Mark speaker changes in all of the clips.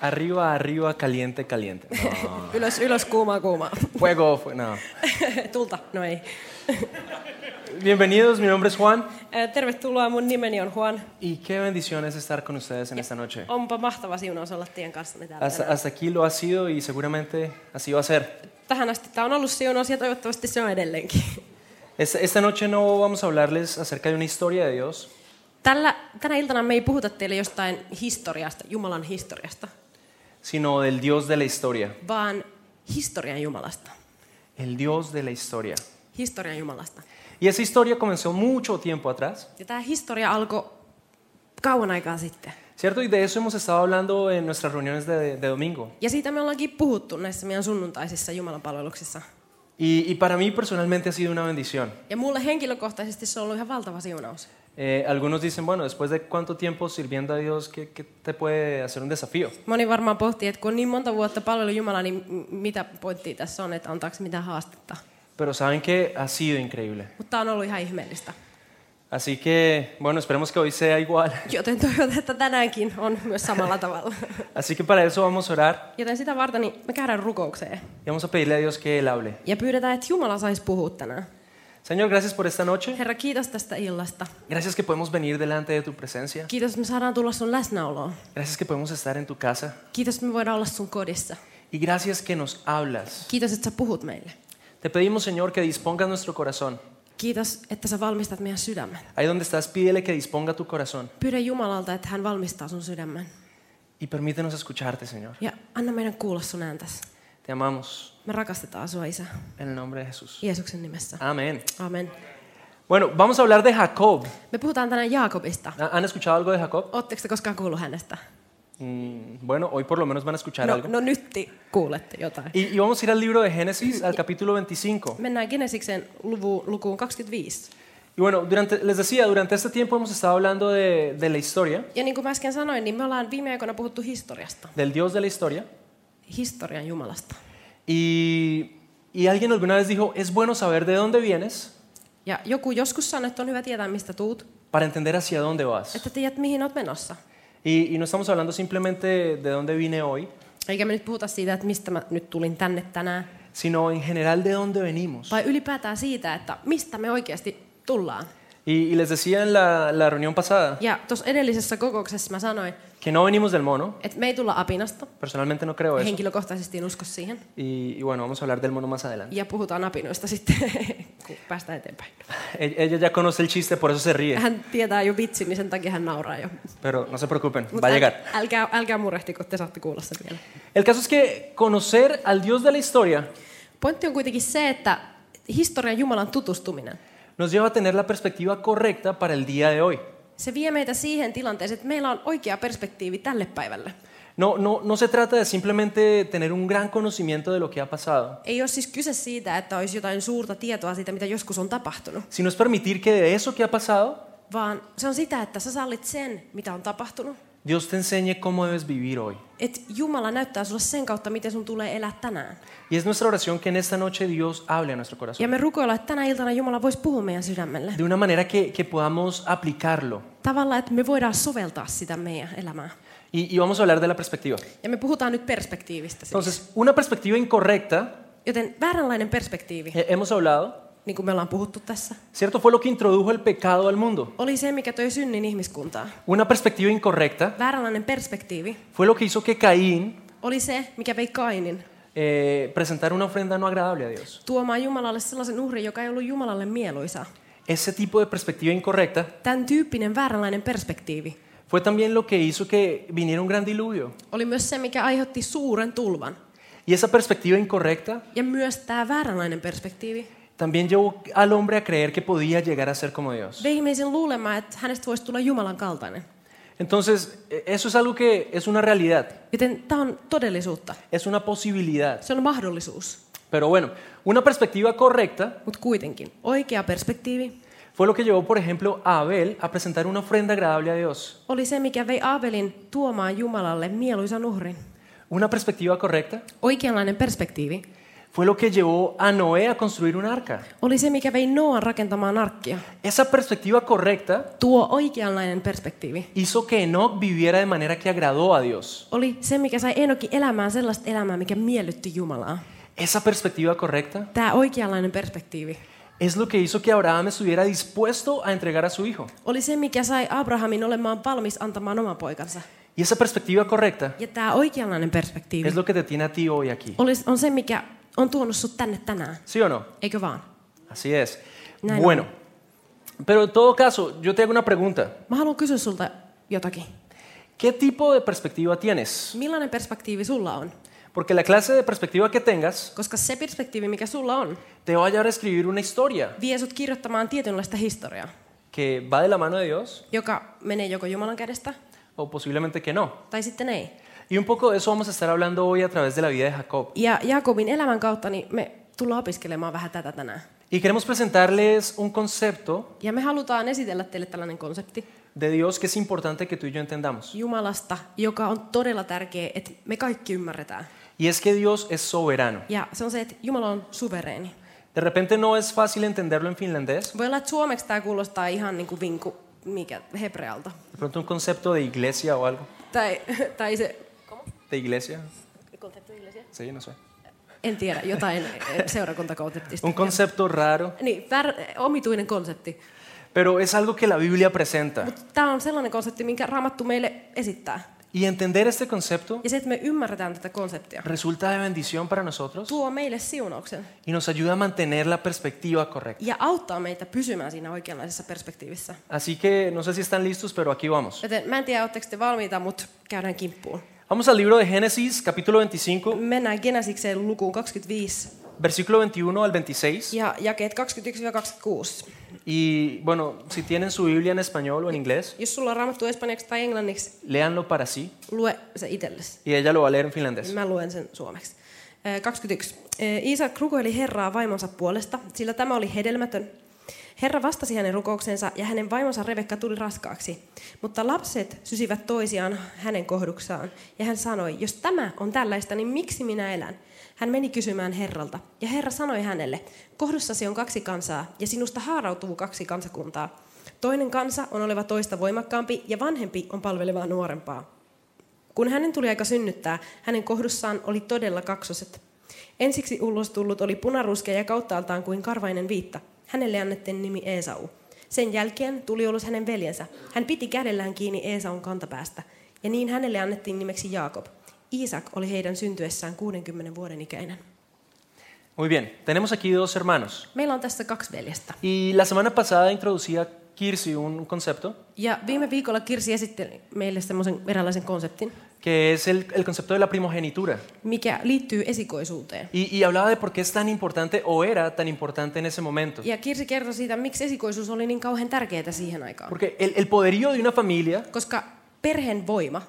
Speaker 1: Arriba, arriba, caliente, caliente. No.
Speaker 2: Ylös, ylös, kuuma, kuuma.
Speaker 1: Fuego, fu- no.
Speaker 2: Tulta, no ei.
Speaker 1: Bienvenidos, mi nombre es Juan.
Speaker 2: Ää, Tervetuloa, mun nimeni on Juan.
Speaker 1: Y qué bendición es estar con ustedes en esta noche.
Speaker 2: Onpa mahtava siunaus olla teidän kanssanne täällä
Speaker 1: Hasta,
Speaker 2: tänään.
Speaker 1: hasta aquí lo ha sido y seguramente así va a ser.
Speaker 2: Tähän asti tämä on ollut siunaus ja toivottavasti se on edelleenkin.
Speaker 1: Es- esta noche no vamos a hablarles acerca de una historia de Dios,
Speaker 2: Tällä, tänä iltana me ei puhuta teille jostain historiasta, Jumalan historiasta,
Speaker 1: sino del Dios de la historia.
Speaker 2: vaan historian Jumalasta.
Speaker 1: El Dios de la historia.
Speaker 2: Historian Jumalasta.
Speaker 1: Y esa historia comenzó mucho tiempo atrás,
Speaker 2: Ja tämä historia alkoi kauan aikaa sitten.
Speaker 1: ¿cierto? Y de eso hemos estado hablando en nuestras reuniones de, de domingo.
Speaker 2: Ja siitä me ollaankin puhuttu näissä meidän sunnuntaisissa Jumalan palveluksissa.
Speaker 1: Y, y para mí personalmente ha sido una bendición.
Speaker 2: Ja mulle henkilökohtaisesti se on ollut ihan valtava siunaus.
Speaker 1: Eh, algunos dicen, bueno, después de cuánto tiempo sirviendo a Dios, ¿qué, qué te puede hacer un desafío?
Speaker 2: Moni varmaan pohtii, että kun on niin monta vuotta palvelu Jumalaa, niin m- mitä pointtia tässä on, että antaako mitään haastetta.
Speaker 1: Pero saben que ha sido increíble.
Speaker 2: Mutta tämä on ollut ihan ihmeellistä.
Speaker 1: Así que, bueno, esperemos que hoy sea igual.
Speaker 2: Joten toivotan, että tänäänkin on myös samalla tavalla.
Speaker 1: Así que para eso vamos a orar
Speaker 2: Joten sitä varten niin me käydään rukoukseen
Speaker 1: y vamos a pedirle a Dios que Él hable.
Speaker 2: ja pyydetään, että Jumala saisi puhua tänään.
Speaker 1: Señor, gracias por esta noche.
Speaker 2: Herra, kiitos tästä illasta.
Speaker 1: Gracias que podemos venir delante de tu presencia.
Speaker 2: Kiitos, että me saadaan tulla sun läsnäoloon.
Speaker 1: Gracias que podemos estar en tu casa.
Speaker 2: Kiitos, että me voidaan olla sun kodissa.
Speaker 1: Y gracias que nos hablas.
Speaker 2: Kiitos, että sä puhut meille.
Speaker 1: Te pedimos, Señor, que dispongas nuestro corazón.
Speaker 2: Kiitos, että sä valmistat meidän sydämen.
Speaker 1: Ahí donde estás, pídele que disponga tu corazón.
Speaker 2: Pyydä Jumalalta, että hän valmistaa sun sydämen.
Speaker 1: Y permítenos escucharte, Señor.
Speaker 2: Ja anna meidän kuulla sun ääntäsi.
Speaker 1: Te amamos.
Speaker 2: Me rakastetaan sua, Isä,
Speaker 1: En el nombre de Jesús.
Speaker 2: Jeesuksen nimessä.
Speaker 1: Amén.
Speaker 2: Amen.
Speaker 1: Bueno, vamos a hablar de Jacob.
Speaker 2: Me puhutaan tänään Jaakobista.
Speaker 1: ¿Ha- ¿Han escuchado algo de Jacob?
Speaker 2: Oletteko te koskaan kuullut hänestä?
Speaker 1: Mm, bueno, hoy por lo menos van a escuchar
Speaker 2: No,
Speaker 1: algo.
Speaker 2: no nyt te kuulette jotain.
Speaker 1: Y, y vamos a ir al libro de Génesis, al capítulo 25.
Speaker 2: Mennään Genesiksen luvu, lukuun 25.
Speaker 1: Y bueno, durante, les decía, durante este tiempo hemos estado hablando de, de la historia,
Speaker 2: Ja niin kuin mä äsken sanoin, niin me ollaan viime aikoina puhuttu historiasta.
Speaker 1: del Dios de la historia.
Speaker 2: Historian Jumalasta.
Speaker 1: Y, y alguien alguna vez dijo, es bueno saber de dónde vienes
Speaker 2: Ja joku joskus sanoi, että on hyvä tietää, mistä tuut.
Speaker 1: para entender hacia dónde vas.
Speaker 2: Että tiedät, mihin olet menossa.
Speaker 1: Y, y no estamos hablando simplemente de dónde vine hoy,
Speaker 2: Eikä me nyt puhuta siitä, että mistä mä nyt tulin tänne tänään.
Speaker 1: sino en general de dónde venimos.
Speaker 2: Vai ylipäätään siitä, että mistä me oikeasti tullaan.
Speaker 1: Y, y les decía en la, la reunión pasada
Speaker 2: Ja tuossa edellisessä kokouksessa mä sanoin,
Speaker 1: que no venimos del mono.
Speaker 2: että me ei tulla apinasta.
Speaker 1: Personalmente no creo eso.
Speaker 2: Henkilökohtaisesti en usko siihen.
Speaker 1: Y, y bueno, vamos a hablar del mono más adelante.
Speaker 2: Ja puhutaan apinoista sitten, kun päästään eteenpäin.
Speaker 1: E- Ella ya conoce el chiste, por eso se ríe.
Speaker 2: Hän tietää jo vitsin, niin sen takia hän nauraa jo.
Speaker 1: Pero no se preocupen,
Speaker 2: Mut
Speaker 1: va a
Speaker 2: äl-
Speaker 1: llegar.
Speaker 2: älkää, älkää murehtiko, te saatte kuulla sen vielä.
Speaker 1: El caso es que conocer al Dios de la historia
Speaker 2: Pointti on kuitenkin se, että historian Jumalan tutustuminen,
Speaker 1: nos lleva a tener la perspectiva correcta para el día de hoy.
Speaker 2: se vie meitä siihen tilanteeseen, että meillä on oikea perspektiivi tälle päivälle.
Speaker 1: No, no, no se trata de simplemente tener un gran conocimiento de lo que ha pasado,
Speaker 2: Ei ole siis kyse siitä, että olisi jotain suurta tietoa siitä, mitä joskus on tapahtunut,
Speaker 1: sino es permitir que de eso que ha pasado,
Speaker 2: vaan se on sitä, että sä sallit sen, mitä on tapahtunut.
Speaker 1: Dios te enseñe cómo debes vivir hoy.
Speaker 2: Että Jumala näyttää sulle sen kautta, miten sun tulee elää tänään.
Speaker 1: Y es nuestra oración que en esta noche Dios hable a nuestro corazón,
Speaker 2: Ja me rukoillaan, että tänä iltana Jumala voisi puhua meidän sydämelle.
Speaker 1: de una manera que, que podamos aplicarlo.
Speaker 2: Tavalla, että me voidaan soveltaa sitä meidän elämää.
Speaker 1: Y, y vamos a hablar de la perspectiva.
Speaker 2: Ja me puhutaan nyt perspektiivistä. siis.
Speaker 1: Entonces, una perspectiva incorrecta,
Speaker 2: Joten vääränlainen perspektiivi,
Speaker 1: eh, hemos hablado,
Speaker 2: niin kuin me ollaan puhuttu tässä,
Speaker 1: ¿cierto? Fue lo que introdujo el pecado al mundo.
Speaker 2: oli se, mikä toi synnin ihmiskuntaa.
Speaker 1: Una perspectiva incorrecta
Speaker 2: Vääränlainen perspektiivi
Speaker 1: fue lo que hizo que Caín
Speaker 2: oli se, mikä vei Kainin
Speaker 1: eh, presentara una ofrenda no agradable a Dios.
Speaker 2: tuomaan Jumalalle sellaisen uhrin, joka ei ollut Jumalalle mieluisa.
Speaker 1: Ese tipo de perspectiva incorrecta
Speaker 2: Tämän tyyppinen vääränlainen perspektiivi
Speaker 1: fue también lo que hizo que viniera un gran diluvio.
Speaker 2: oli myös se, mikä aiheutti suuren tulvan.
Speaker 1: Y esa perspectiva incorrecta
Speaker 2: Ja myös tämä vääränlainen perspektiivi
Speaker 1: también llevó al hombre a creer que podía llegar a ser como Dios.
Speaker 2: vei ihmisen luulemaan, että hänestä voisi tulla Jumalan kaltainen.
Speaker 1: Entonces, eh, eso es algo que es una realidad,
Speaker 2: Joten tämä on todellisuutta.
Speaker 1: es una posibilidad.
Speaker 2: Se on mahdollisuus.
Speaker 1: Pero bueno, una perspectiva correcta
Speaker 2: Mutta kuitenkin, oikea perspektiivi
Speaker 1: fue lo que llevó, por ejemplo, a Abel a presentar una ofrenda agradable a Dios.
Speaker 2: oli se, mikä vei Abelin tuomaan Jumalalle mieluisan uhrin.
Speaker 1: Una perspectiva correcta
Speaker 2: Oikeanlainen perspektiivi
Speaker 1: fue lo que llevó a Noé a construir un arca.
Speaker 2: oli se, mikä vei Noan rakentamaan arkkia.
Speaker 1: Esa perspectiva correcta
Speaker 2: Tuo oikeanlainen perspektiivi
Speaker 1: hizo que Enoch viviera de manera que agradó a Dios.
Speaker 2: oli se, mikä sai Enokin elämään sellaista elämää, mikä miellytti Jumalaa.
Speaker 1: Esa perspectiva correcta
Speaker 2: Tämä oikeanlainen perspektiivi
Speaker 1: es lo que hizo que Abraham estuviera dispuesto a entregar a su hijo.
Speaker 2: oli se, mikä sai Abrahamin olemaan valmis antamaan oman poikansa.
Speaker 1: Y esa perspectiva correcta
Speaker 2: Ja tämä oikeanlainen perspektiivi
Speaker 1: es lo que te tiene a ti hoy aquí.
Speaker 2: olis- on se, mikä on tuonut sut tänne tänään.
Speaker 1: ¿Sí o no?
Speaker 2: Eikö vaan?
Speaker 1: Así es.
Speaker 2: Näin
Speaker 1: Bueno, pero en todo caso, yo te hago una pregunta.
Speaker 2: Mä haluan kysyä sulta jotakin.
Speaker 1: ¿Qué tipo de perspectiva tienes?
Speaker 2: Millainen perspektiivi sulla on?
Speaker 1: Porque la clase de perspectiva que tengas
Speaker 2: Koska se perspektiivi, mikä sulla on,
Speaker 1: te va a llevar a escribir una historia
Speaker 2: vie sut kirjoittamaan tietynlaista historiaa,
Speaker 1: que va de la mano de Dios
Speaker 2: joka menee joko Jumalan kädestä
Speaker 1: o posiblemente que no.
Speaker 2: tai sitten ei.
Speaker 1: Y un poco de eso vamos a estar hablando hoy a través de la vida de Jacob.
Speaker 2: Ja Jaakobin elämän kautta niin me tullaan opiskelemaan vähän tätä tänään.
Speaker 1: Y queremos presentarles un concepto
Speaker 2: Ja me halutaan esitellä teille tällainen konsepti
Speaker 1: de Dios que es importante que tú y yo entendamos.
Speaker 2: Jumalasta, joka on todella tärkeä, että me kaikki ymmärretään.
Speaker 1: Y es que Dios es soberano.
Speaker 2: Ja se on se, että Jumala on suvereeni.
Speaker 1: De repente no es fácil entenderlo en finlandés.
Speaker 2: Voi olla, että suomeksi tämä kuulostaa ihan niin kuin vinku, mikä hebrealta.
Speaker 1: De pronto un concepto de iglesia o algo.
Speaker 2: Tai, tai se,
Speaker 1: ¿De iglesia? Sí, no sé.
Speaker 2: en tiedä, jotain eh, seurakuntakonseptista.
Speaker 1: Un concepto raro,
Speaker 2: Niin, väär, omituinen konsepti.
Speaker 1: pero es algo que la Biblia presenta.
Speaker 2: Mutta tämä on sellainen konsepti, minkä Raamattu meille esittää.
Speaker 1: Y entender este concepto
Speaker 2: Ja se, että me ymmärretään tätä konseptia,
Speaker 1: resulta de bendición para nosotros
Speaker 2: tuo meille siunauksen
Speaker 1: y nos ayuda a mantener la perspectiva correcta.
Speaker 2: ja auttaa meitä pysymään siinä oikeanlaisessa perspektiivissä.
Speaker 1: Así que no sé si están listos, pero aquí vamos.
Speaker 2: Joten mä en tiedä, oletteko te valmiita, mutta käydään kimppuun.
Speaker 1: Vamos al libro de Génesis, capítulo 25,
Speaker 2: Mennään Genesikseen lukuun 25
Speaker 1: versículo 21 al 26.
Speaker 2: ja jakeet 21-26.
Speaker 1: Y bueno, si tienen su Biblia en español o en inglés,
Speaker 2: Jos sulla on raamattu espanjaksi tai englanniksi,
Speaker 1: léanlo para sí
Speaker 2: lue se itsellesi.
Speaker 1: y ella lo va a leer en finlandés.
Speaker 2: Mä luen sen suomeksi. Ee, 21. Ee, Iisak rukoili Herraa vaimonsa puolesta, sillä tämä oli hedelmätön. Herra vastasi hänen rukouksensa ja hänen vaimonsa Rebekka tuli raskaaksi. Mutta lapset sysivät toisiaan hänen kohduksaan ja hän sanoi, jos tämä on tällaista, niin miksi minä elän? Hän meni kysymään Herralta ja Herra sanoi hänelle, kohdussasi on kaksi kansaa ja sinusta haarautuu kaksi kansakuntaa. Toinen kansa on oleva toista voimakkaampi ja vanhempi on palvelevaa nuorempaa. Kun hänen tuli aika synnyttää, hänen kohdussaan oli todella kaksoset. Ensiksi ulos tullut oli punaruskea ja kauttaaltaan kuin karvainen viitta. Hänelle annettiin nimi Eesau. Sen jälkeen tuli ulos hänen veljensä. Hän piti kädellään kiinni Eesaun kantapäästä, ja niin hänelle annettiin nimeksi Jaakob. Iisak oli heidän syntyessään 60 vuoden ikäinen.
Speaker 1: Muy bien, tenemos aquí dos hermanos.
Speaker 2: Meillä on tässä kaksi veljestä.
Speaker 1: Y la semana pasada introducía Kirsi un concepto
Speaker 2: Ja viime viikolla Kirsi esitteli meille semmoisen eräänlaisen konseptin,
Speaker 1: que es el, el concepto de la primogenitura.
Speaker 2: mikä liittyy esikoisuuteen.
Speaker 1: Y, y hablaba de por qué es tan importante o era tan importante en ese momento.
Speaker 2: Ja Kirsi kertoi siitä, miksi esikoisuus oli niin kauhean tärkeää siihen aikaan.
Speaker 1: Porque el, el poderío de una familia
Speaker 2: Koska perheen voima,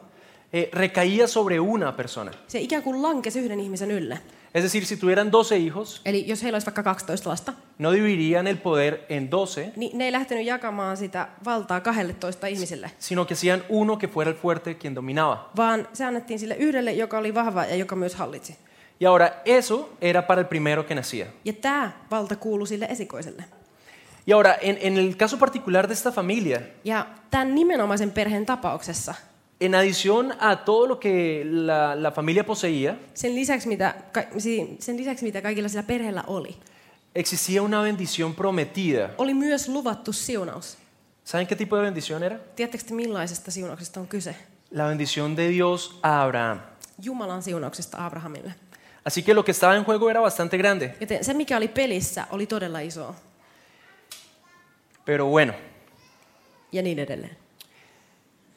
Speaker 1: eh, recaía sobre una persona.
Speaker 2: se ikään kuin lankesi yhden ihmisen ylle.
Speaker 1: Es decir, si tuvieran 12 hijos,
Speaker 2: Eli jos heillä olisi vaikka 12 lasta,
Speaker 1: no dividirían el poder en 12,
Speaker 2: niin ne ei lähtenyt jakamaan sitä valtaa 12 ihmiselle,
Speaker 1: sino que hacían uno que fuera el fuerte quien dominaba.
Speaker 2: vaan se annettiin sille yhdelle, joka oli vahva ja joka myös hallitsi.
Speaker 1: Y ahora, eso era para el primero que nacía.
Speaker 2: Ja tämä valta kuului sille esikoiselle.
Speaker 1: Y ahora, en, en el caso particular de esta familia,
Speaker 2: Ja tämän nimenomaisen perheen tapauksessa,
Speaker 1: en adición a todo lo que la, la familia poseía,
Speaker 2: sen lisäksi, mitä, ka- si- sen lisäksi mitä kaikilla sillä perheellä oli,
Speaker 1: existía una bendición prometida.
Speaker 2: oli myös luvattu siunaus.
Speaker 1: ¿Saben qué tipo de bendición era?
Speaker 2: Tiedättekö te, millaisesta siunauksesta on kyse?
Speaker 1: La bendición de Dios a Abraham.
Speaker 2: Jumalan siunauksesta Abrahamille.
Speaker 1: Así que lo que estaba en juego era bastante grande.
Speaker 2: Joten se, mikä oli pelissä, oli todella iso.
Speaker 1: Pero bueno,
Speaker 2: Ja niin edelleen.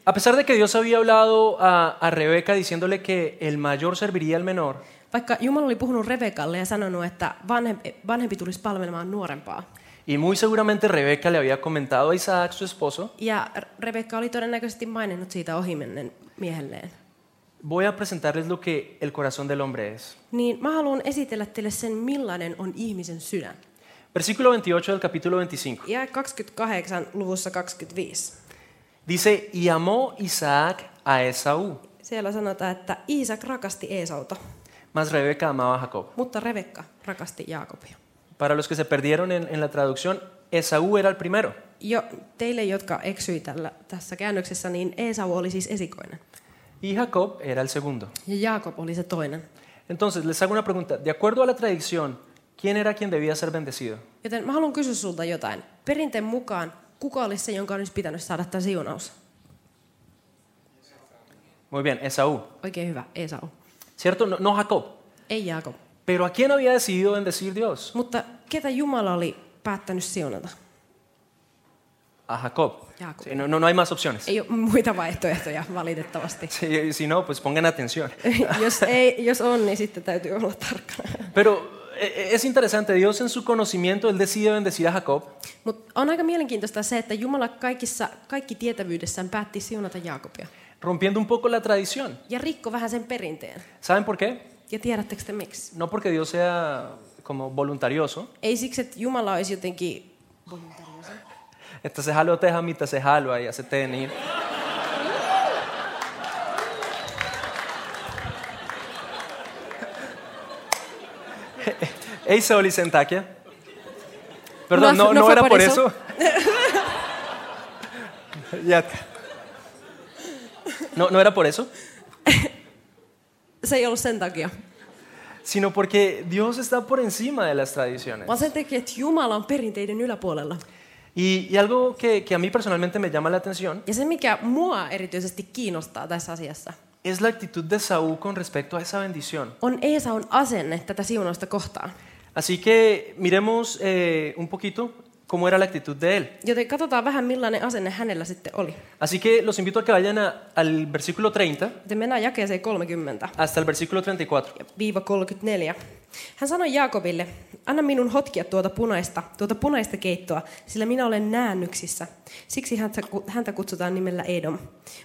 Speaker 1: a pesar de que Dios había hablado a, a Rebeca diciéndole que el mayor serviría al menor,
Speaker 2: Vaikka Jumala oli puhunut Rebekalle ja sanonut, että vanhempi, vanhempi tulisi palvelemaan nuorempaa.
Speaker 1: y muy seguramente Rebeca le había comentado a Isaac, su esposo,
Speaker 2: Ja Rebekka oli todennäköisesti maininnut siitä ohimennen miehelleen.
Speaker 1: voy a presentarles lo que el corazón del hombre es.
Speaker 2: Niin mä haluan esitellä teille sen, millainen on ihmisen sydän.
Speaker 1: Versículo 28 del capítulo 25.
Speaker 2: Ja 28 luvussa 25.
Speaker 1: Dice, y amó Isaac a Esaú
Speaker 2: Siellä sanotaan, että Iisak rakasti Eesauta.
Speaker 1: Mas Rebeca amaba a Jacob.
Speaker 2: Mutta Rebekka rakasti Jaakobia.
Speaker 1: Para los que se perdieron en, en la traducción, Esaú era el primero.
Speaker 2: Jo teille, jotka eksyi tällä, tässä käännöksessä, niin Esau oli siis esikoinen.
Speaker 1: Y Jacob era el segundo.
Speaker 2: Ja Jaakob oli se toinen.
Speaker 1: Entonces, les hago una pregunta. De acuerdo a la tradición, ¿quién era quien debía ser bendecido?
Speaker 2: Joten mä haluan kysyä sulta jotain. Perinteen mukaan, kuka olisi se, jonka olisi pitänyt saada tämä siunaus?
Speaker 1: Muy bien, Esaú.
Speaker 2: Oikein hyvä, Esau.
Speaker 1: ¿Cierto? No, no Jacob.
Speaker 2: Ei Jaakob.
Speaker 1: Pero ¿a quién había decidido bendecir Dios?
Speaker 2: Mutta ketä Jumala oli päättänyt siunata?
Speaker 1: A Jacob.
Speaker 2: Jacob. Eh,
Speaker 1: Sí, no, no, no hay más opciones.
Speaker 2: Ei ole muita vaihtoehtoja, valitettavasti.
Speaker 1: Sí, si no, pues pongan atención.
Speaker 2: jos, ei, jos on, niin sitten täytyy olla tarkkana.
Speaker 1: Pero eh, es interesante, Dios en su conocimiento, Él decide bendecir a Jacob,
Speaker 2: Mutta on aika mielenkiintoista se, että Jumala kaikissa, kaikki tietävyydessään päätti siunata Jaakobia.
Speaker 1: rompiendo un poco la tradición.
Speaker 2: Ja rikko vähän sen perinteen.
Speaker 1: ¿Saben por qué?
Speaker 2: Ja tiedättekö te miksi?
Speaker 1: No porque Dios sea como voluntarioso.
Speaker 2: Ei siksi, että Jumala olisi jotenkin...
Speaker 1: Entonces, jalo te jamita, se jalo ahí, hace tenis. Ey, Saúl y Sentaquia. Perdón, no, no, era por eso. Ya. No, no era por eso,
Speaker 2: Se ei ollut sen takia,
Speaker 1: sino porque Dios está por encima de las tradiciones.
Speaker 2: vaan sen takia, että Jumala on perinteiden yläpuolella.
Speaker 1: Y, y algo que, que a mí personalmente me llama la atención
Speaker 2: Ja se, mikä mua erityisesti kiinnostaa tässä asiassa,
Speaker 1: es la actitud de Saúl con respecto a esa bendición.
Speaker 2: on Eesaun asenne tätä siunausta kohtaan.
Speaker 1: Así que miremos eh, un poquito cómo era la actitud de él.
Speaker 2: Joten katsotaan vähän, millainen asenne hänellä sitten oli.
Speaker 1: Así que los invito a que vayan a- al versículo 30
Speaker 2: Joten mennään jakeeseen 30.
Speaker 1: hasta el versículo 34.
Speaker 2: viiva 34. Hän sanoi Jaakobille, anna minun hotkia tuota punaista, tuota punaista keittoa, sillä minä olen näännyksissä. Siksi häntä, häntä kutsutaan nimellä Edom.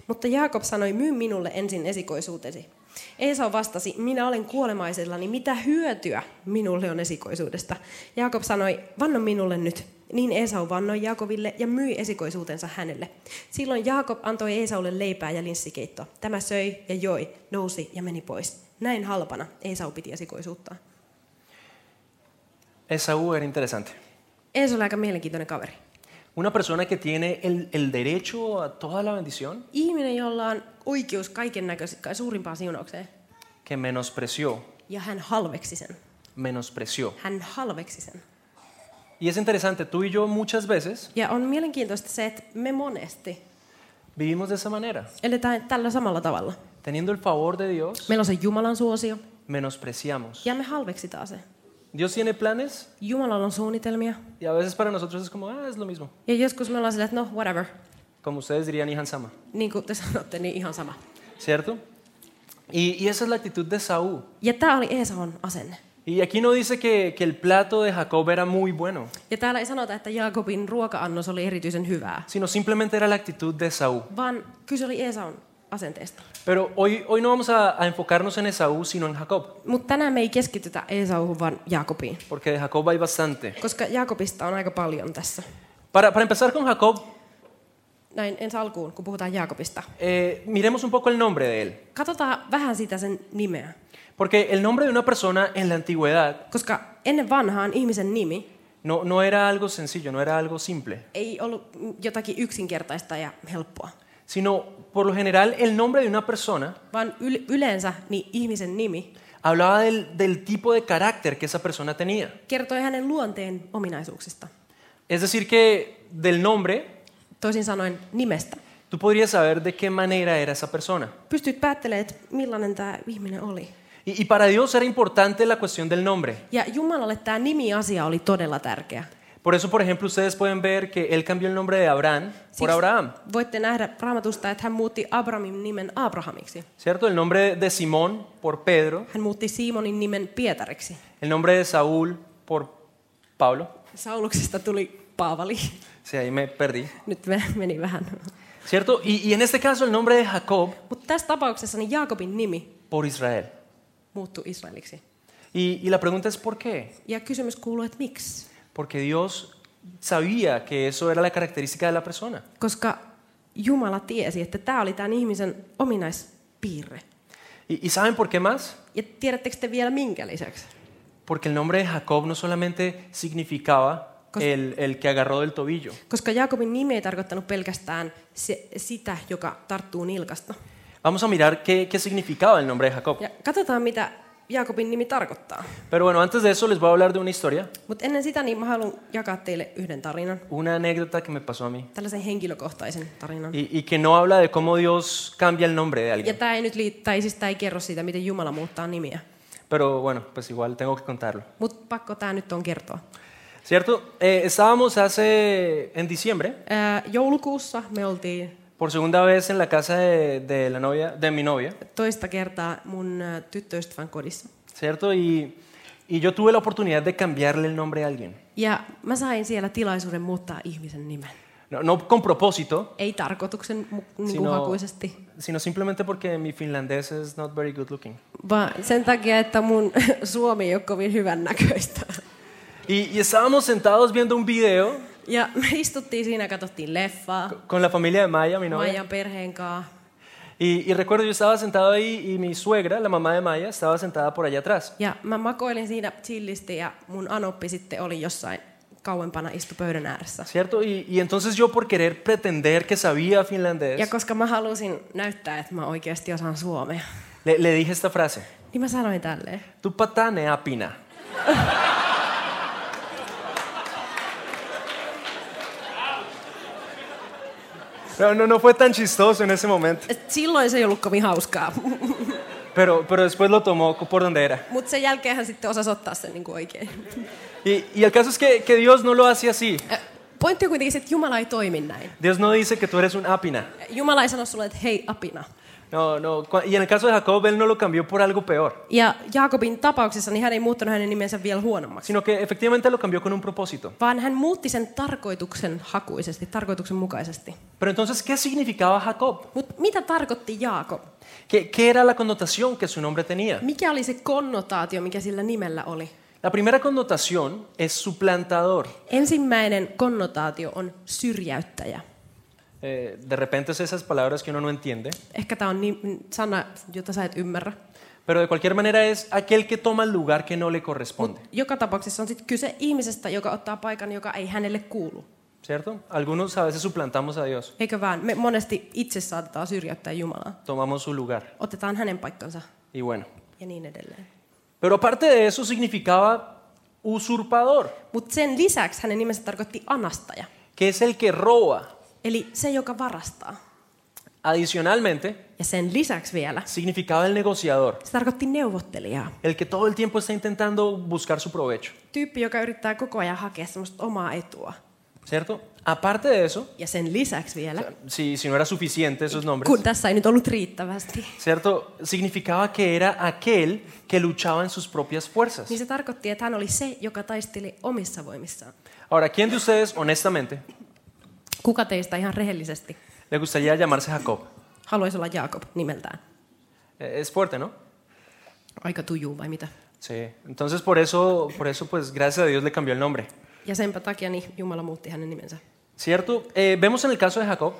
Speaker 2: Mutta Jaakob sanoi, myy minulle ensin esikoisuutesi. Esau vastasi, minä olen kuolemaisellani, mitä hyötyä minulle on esikoisuudesta. Jaakob sanoi, vanno minulle nyt. Niin Esau vannoi Jaakoville ja myi esikoisuutensa hänelle. Silloin Jaakob antoi Esaulle leipää ja linssikeittoa. Tämä söi ja joi, nousi ja meni pois. Näin halpana Esau piti esikoisuutta.
Speaker 1: Esaú era interesante.
Speaker 2: Esau oli aika mielenkiintoinen kaveri.
Speaker 1: Una persona que tiene el, el derecho a toda la bendición,
Speaker 2: Ihminen, jolla on oikeus kaiken näköiseen, suurimpaan siunaukseen.
Speaker 1: que menospreció,
Speaker 2: Ja hän halveksi sen.
Speaker 1: menospreció.
Speaker 2: Hän halveksi sen.
Speaker 1: Y es interesante, tú y yo muchas veces
Speaker 2: Ja on mielenkiintoista se, että me monesti
Speaker 1: vivimos de esa manera.
Speaker 2: eletään tällä samalla tavalla.
Speaker 1: Teniendo el favor de Dios,
Speaker 2: Meillä on se Jumalan suosio
Speaker 1: menospreciamos.
Speaker 2: ja me halveksitaan se.
Speaker 1: Dios tiene planes
Speaker 2: Jumalalla on suunnitelmia.
Speaker 1: y a veces para nosotros es como, ah, es lo mismo.
Speaker 2: Ja joskus me ollaan silleen, että no, whatever.
Speaker 1: Como ustedes dirían, Ihan Sama.
Speaker 2: Niin kuin te sanotte, niin ihan sama.
Speaker 1: ¿Cierto? Y, y esa es la actitud de Saúl.
Speaker 2: Ja tämä oli Esaun asenne.
Speaker 1: Y aquí no dice que, que el plato de Jacob era muy bueno,
Speaker 2: Ja täällä ei sanota, että Jaakobin ruoka-annos oli erityisen hyvää,
Speaker 1: sino simplemente era la actitud de Saúl.
Speaker 2: vaan kyse oli Esaun asenteesta.
Speaker 1: Pero hoy, hoy no vamos a, a enfocarnos en Esaú, sino en Jacob,
Speaker 2: Mutta tänään me ei keskitytä Esauhun, vaan Jaakobiin,
Speaker 1: porque de Jacob hay bastante.
Speaker 2: koska Jaakobista on aika paljon tässä.
Speaker 1: Para, para empezar con Jacob,
Speaker 2: Näin ensi alkuun, kun puhutaan Jaakobista.
Speaker 1: eh, miremos un poco el nombre de él.
Speaker 2: Katsotaan vähän sitä sen nimeä,
Speaker 1: Porque el nombre de una persona en la antigüedad
Speaker 2: koska ennen vanhaan ihmisen nimi
Speaker 1: no, no era algo sencillo, no era algo simple,
Speaker 2: ei ollut jotakin yksinkertaista ja helppoa,
Speaker 1: sino por lo general el nombre de una persona
Speaker 2: vaan yl- yleensä niin ihmisen nimi
Speaker 1: hablaba del, del tipo de carácter que esa persona tenía.
Speaker 2: kertoi hänen luonteen ominaisuuksista.
Speaker 1: Es decir, que del nombre
Speaker 2: Toisin sanoen nimestä.
Speaker 1: tú podrías saber de qué manera era esa persona.
Speaker 2: Pystyt päättelemään, että millainen tämä ihminen oli.
Speaker 1: Y, y para Dios era importante la cuestión del nombre.
Speaker 2: Ja Jumalalle tämä nimiasia oli todella tärkeä.
Speaker 1: Por eso, por ejemplo, ustedes pueden ver que Él cambió el nombre de Abraham por Abraham,
Speaker 2: voitte nähdä raamatusta, että hän muutti Abramin nimen Abrahamiksi.
Speaker 1: ¿cierto? El nombre de Simón por Pedro,
Speaker 2: Hän muutti Simonin nimen Pietariksi.
Speaker 1: el nombre de Saúl por Pablo.
Speaker 2: Sauluksesta tuli Paavali.
Speaker 1: Sí, ahí me perdí.
Speaker 2: Nyt me meni vähän.
Speaker 1: ¿Cierto? Y, y en este caso el nombre de Jacob
Speaker 2: Mutta tässä tapauksessa niin Jaakobin nimi
Speaker 1: por Israel.
Speaker 2: muuttui Israeliksi.
Speaker 1: Y, y la pregunta es ¿por qué?
Speaker 2: Ja kysymys kuuluu, että miksi?
Speaker 1: Porque Dios sabía que eso era la característica de la persona.
Speaker 2: Koska Jumala tiesi, että tämä oli tämän ihmisen ominaispiirre.
Speaker 1: ¿Y, y saben por qué más?
Speaker 2: Ja tiedättekö te vielä minkä lisäksi?
Speaker 1: Porque el nombre de Jacob no solamente significaba
Speaker 2: Cos-
Speaker 1: el, el que agarró del tobillo,
Speaker 2: Koska Jaakobin nimi ei tarkoittanut pelkästään se, sitä, joka tarttuu nilkasta.
Speaker 1: Vamos a mirar qué, qué significaba el nombre de Jacob.
Speaker 2: Ja katsotaan, mitä Jaakobin nimi tarkoittaa.
Speaker 1: Pero bueno, antes de eso les voy a hablar de una historia,
Speaker 2: Mutta ennen sitä niin mä haluan jakaa teille yhden tarinan.
Speaker 1: una anécdota que me pasó a mí
Speaker 2: Tällaisen henkilökohtaisen tarinan.
Speaker 1: y, y que no habla de cómo Dios cambia el nombre de
Speaker 2: Ja
Speaker 1: alguien.
Speaker 2: tämä ei nyt liit- tai siis tää ei kerro siitä, miten Jumala muuttaa nimiä.
Speaker 1: Pero bueno, pues igual tengo que contarlo.
Speaker 2: Mutta pakko tämä nyt on kertoa.
Speaker 1: ¿Cierto? Eh, estábamos hace, en diciembre,
Speaker 2: Ää, joulukuussa me oltiin
Speaker 1: por segunda vez en la casa de, de la novia, de mi novia,
Speaker 2: toista kertaa mun ää, tyttöystävän kodissa.
Speaker 1: ¿cierto? Y, y yo tuve la oportunidad de cambiarle el nombre a alguien.
Speaker 2: Ja mä sain siellä tilaisuuden muuttaa ihmisen nimen.
Speaker 1: No, no con propósito,
Speaker 2: Ei tarkoituksen mu- niinku
Speaker 1: Siinä on-
Speaker 2: hakuisesti,
Speaker 1: sino simplemente porque mi finlandés es not very good looking.
Speaker 2: vaan sen takia, että mun suomi ei ole kovin hyvän näköistä.
Speaker 1: Y, y estábamos sentados viendo un video
Speaker 2: Ja me istuttiin siinä ja katsottiin leffaa
Speaker 1: co- con la familia de Maya, mi novia.
Speaker 2: Maijan perheen kanssa.
Speaker 1: Y, y recuerdo, yo estaba sentado ahí y mi suegra, la mamá de Maya, estaba sentada por allá atrás.
Speaker 2: Ja mä makoilin siinä chillisti ja mun anoppi sitten oli jossain kauempana istu pöydän ääressä.
Speaker 1: ¿Cierto? Y, y entonces yo por querer pretender que sabía finlandés,
Speaker 2: Ja koska mä halusin näyttää, että mä oikeasti osaan suomea,
Speaker 1: le, le dije esta frase.
Speaker 2: niin mä sanoin tälleen.
Speaker 1: Tu patane apina. No, no, no fue tan chistoso en ese momento.
Speaker 2: Et silloin se ei ollut kovin hauskaa,
Speaker 1: Pero, pero después lo tomó por donde era.
Speaker 2: mutta sen jälkeen hän sitten osasi ottaa sen niin oikein.
Speaker 1: Y, y el caso es que, que Dios no lo hace así.
Speaker 2: Ö, Pointti on kuitenkin se, että Jumala ei toimi näin.
Speaker 1: Dios no dice que tú eres un apina.
Speaker 2: Jumala ei sano sulle, että hei apina.
Speaker 1: No, no. Cu- Y en el caso de Jacob, él no lo cambió por algo peor,
Speaker 2: Ja Jaakobin tapauksessa niin hän ei muuttanut hänen nimensä vielä huonommaksi,
Speaker 1: sino que efectivamente lo cambió con un propósito.
Speaker 2: vaan hän muutti sen tarkoituksen hakuisesti, tarkoituksen mukaisesti.
Speaker 1: Pero entonces, ¿qué significaba Jacob?
Speaker 2: Mutta mitä tarkoitti Jaakob?
Speaker 1: ¿Qué, qué era la connotación que su nombre tenía?
Speaker 2: Mikä oli se konnotaatio, mikä sillä nimellä oli?
Speaker 1: La primera connotación es suplantador.
Speaker 2: Ensimmäinen konnotaatio on syrjäyttäjä.
Speaker 1: Eh, de repente es esas palabras que uno no entiende,
Speaker 2: Ehkä tämä on ni- n- sana, jota sä et ymmärrä.
Speaker 1: pero de cualquier manera es aquel que toma el lugar que no le corresponde,
Speaker 2: Joka tapauksessa on sitten kyse ihmisestä, joka ottaa paikan, joka ei hänelle kuulu.
Speaker 1: ¿cierto? Algunos a veces suplantamos a Dios,
Speaker 2: Eikö vaan? Me monesti itse saatetaan syrjäyttää Jumalaa.
Speaker 1: tomamos su lugar
Speaker 2: Otetaan hänen paikkansa
Speaker 1: y bueno.
Speaker 2: ja niin edelleen.
Speaker 1: Pero aparte de eso significaba usurpador,
Speaker 2: Mutta sen lisäksi hänen nimensä tarkoitti anastaja,
Speaker 1: que es el que roba.
Speaker 2: eli se, joka varastaa.
Speaker 1: Adicionalmente,
Speaker 2: Ja sen lisäksi vielä
Speaker 1: significaba el negociador,
Speaker 2: se tarkoitti neuvottelijaa.
Speaker 1: el que todo el tiempo está intentando buscar su provecho,
Speaker 2: Tyyppi, joka yrittää koko ajan hakea semmoista omaa etua.
Speaker 1: ¿cierto? Aparte de eso,
Speaker 2: Ja sen lisäksi vielä,
Speaker 1: si, si no era suficiente esos nombres,
Speaker 2: kun tässä ei nyt ollut riittävästi,
Speaker 1: ¿cierto? Significaba que era aquel que luchaba en sus propias fuerzas.
Speaker 2: niin se tarkoitti, että hän oli se, joka taisteli omissa voimissaan.
Speaker 1: Ahora, ¿quién de ustedes, honestamente,
Speaker 2: Kuka teistä ihan rehellisesti
Speaker 1: le gustaría llamarse Jacob?
Speaker 2: haluaisi olla Jaakob nimeltään?
Speaker 1: Eh, Es fuerte, ¿no?
Speaker 2: Aika tujuu vai mitä?
Speaker 1: Sí. Entonces, por eso, por eso, pues, gracias a Dios le cambió el nombre.
Speaker 2: Ja senpä takia niin Jumala muutti hänen nimensä.
Speaker 1: ¿Cierto? Eh, vemos en el caso de Jacob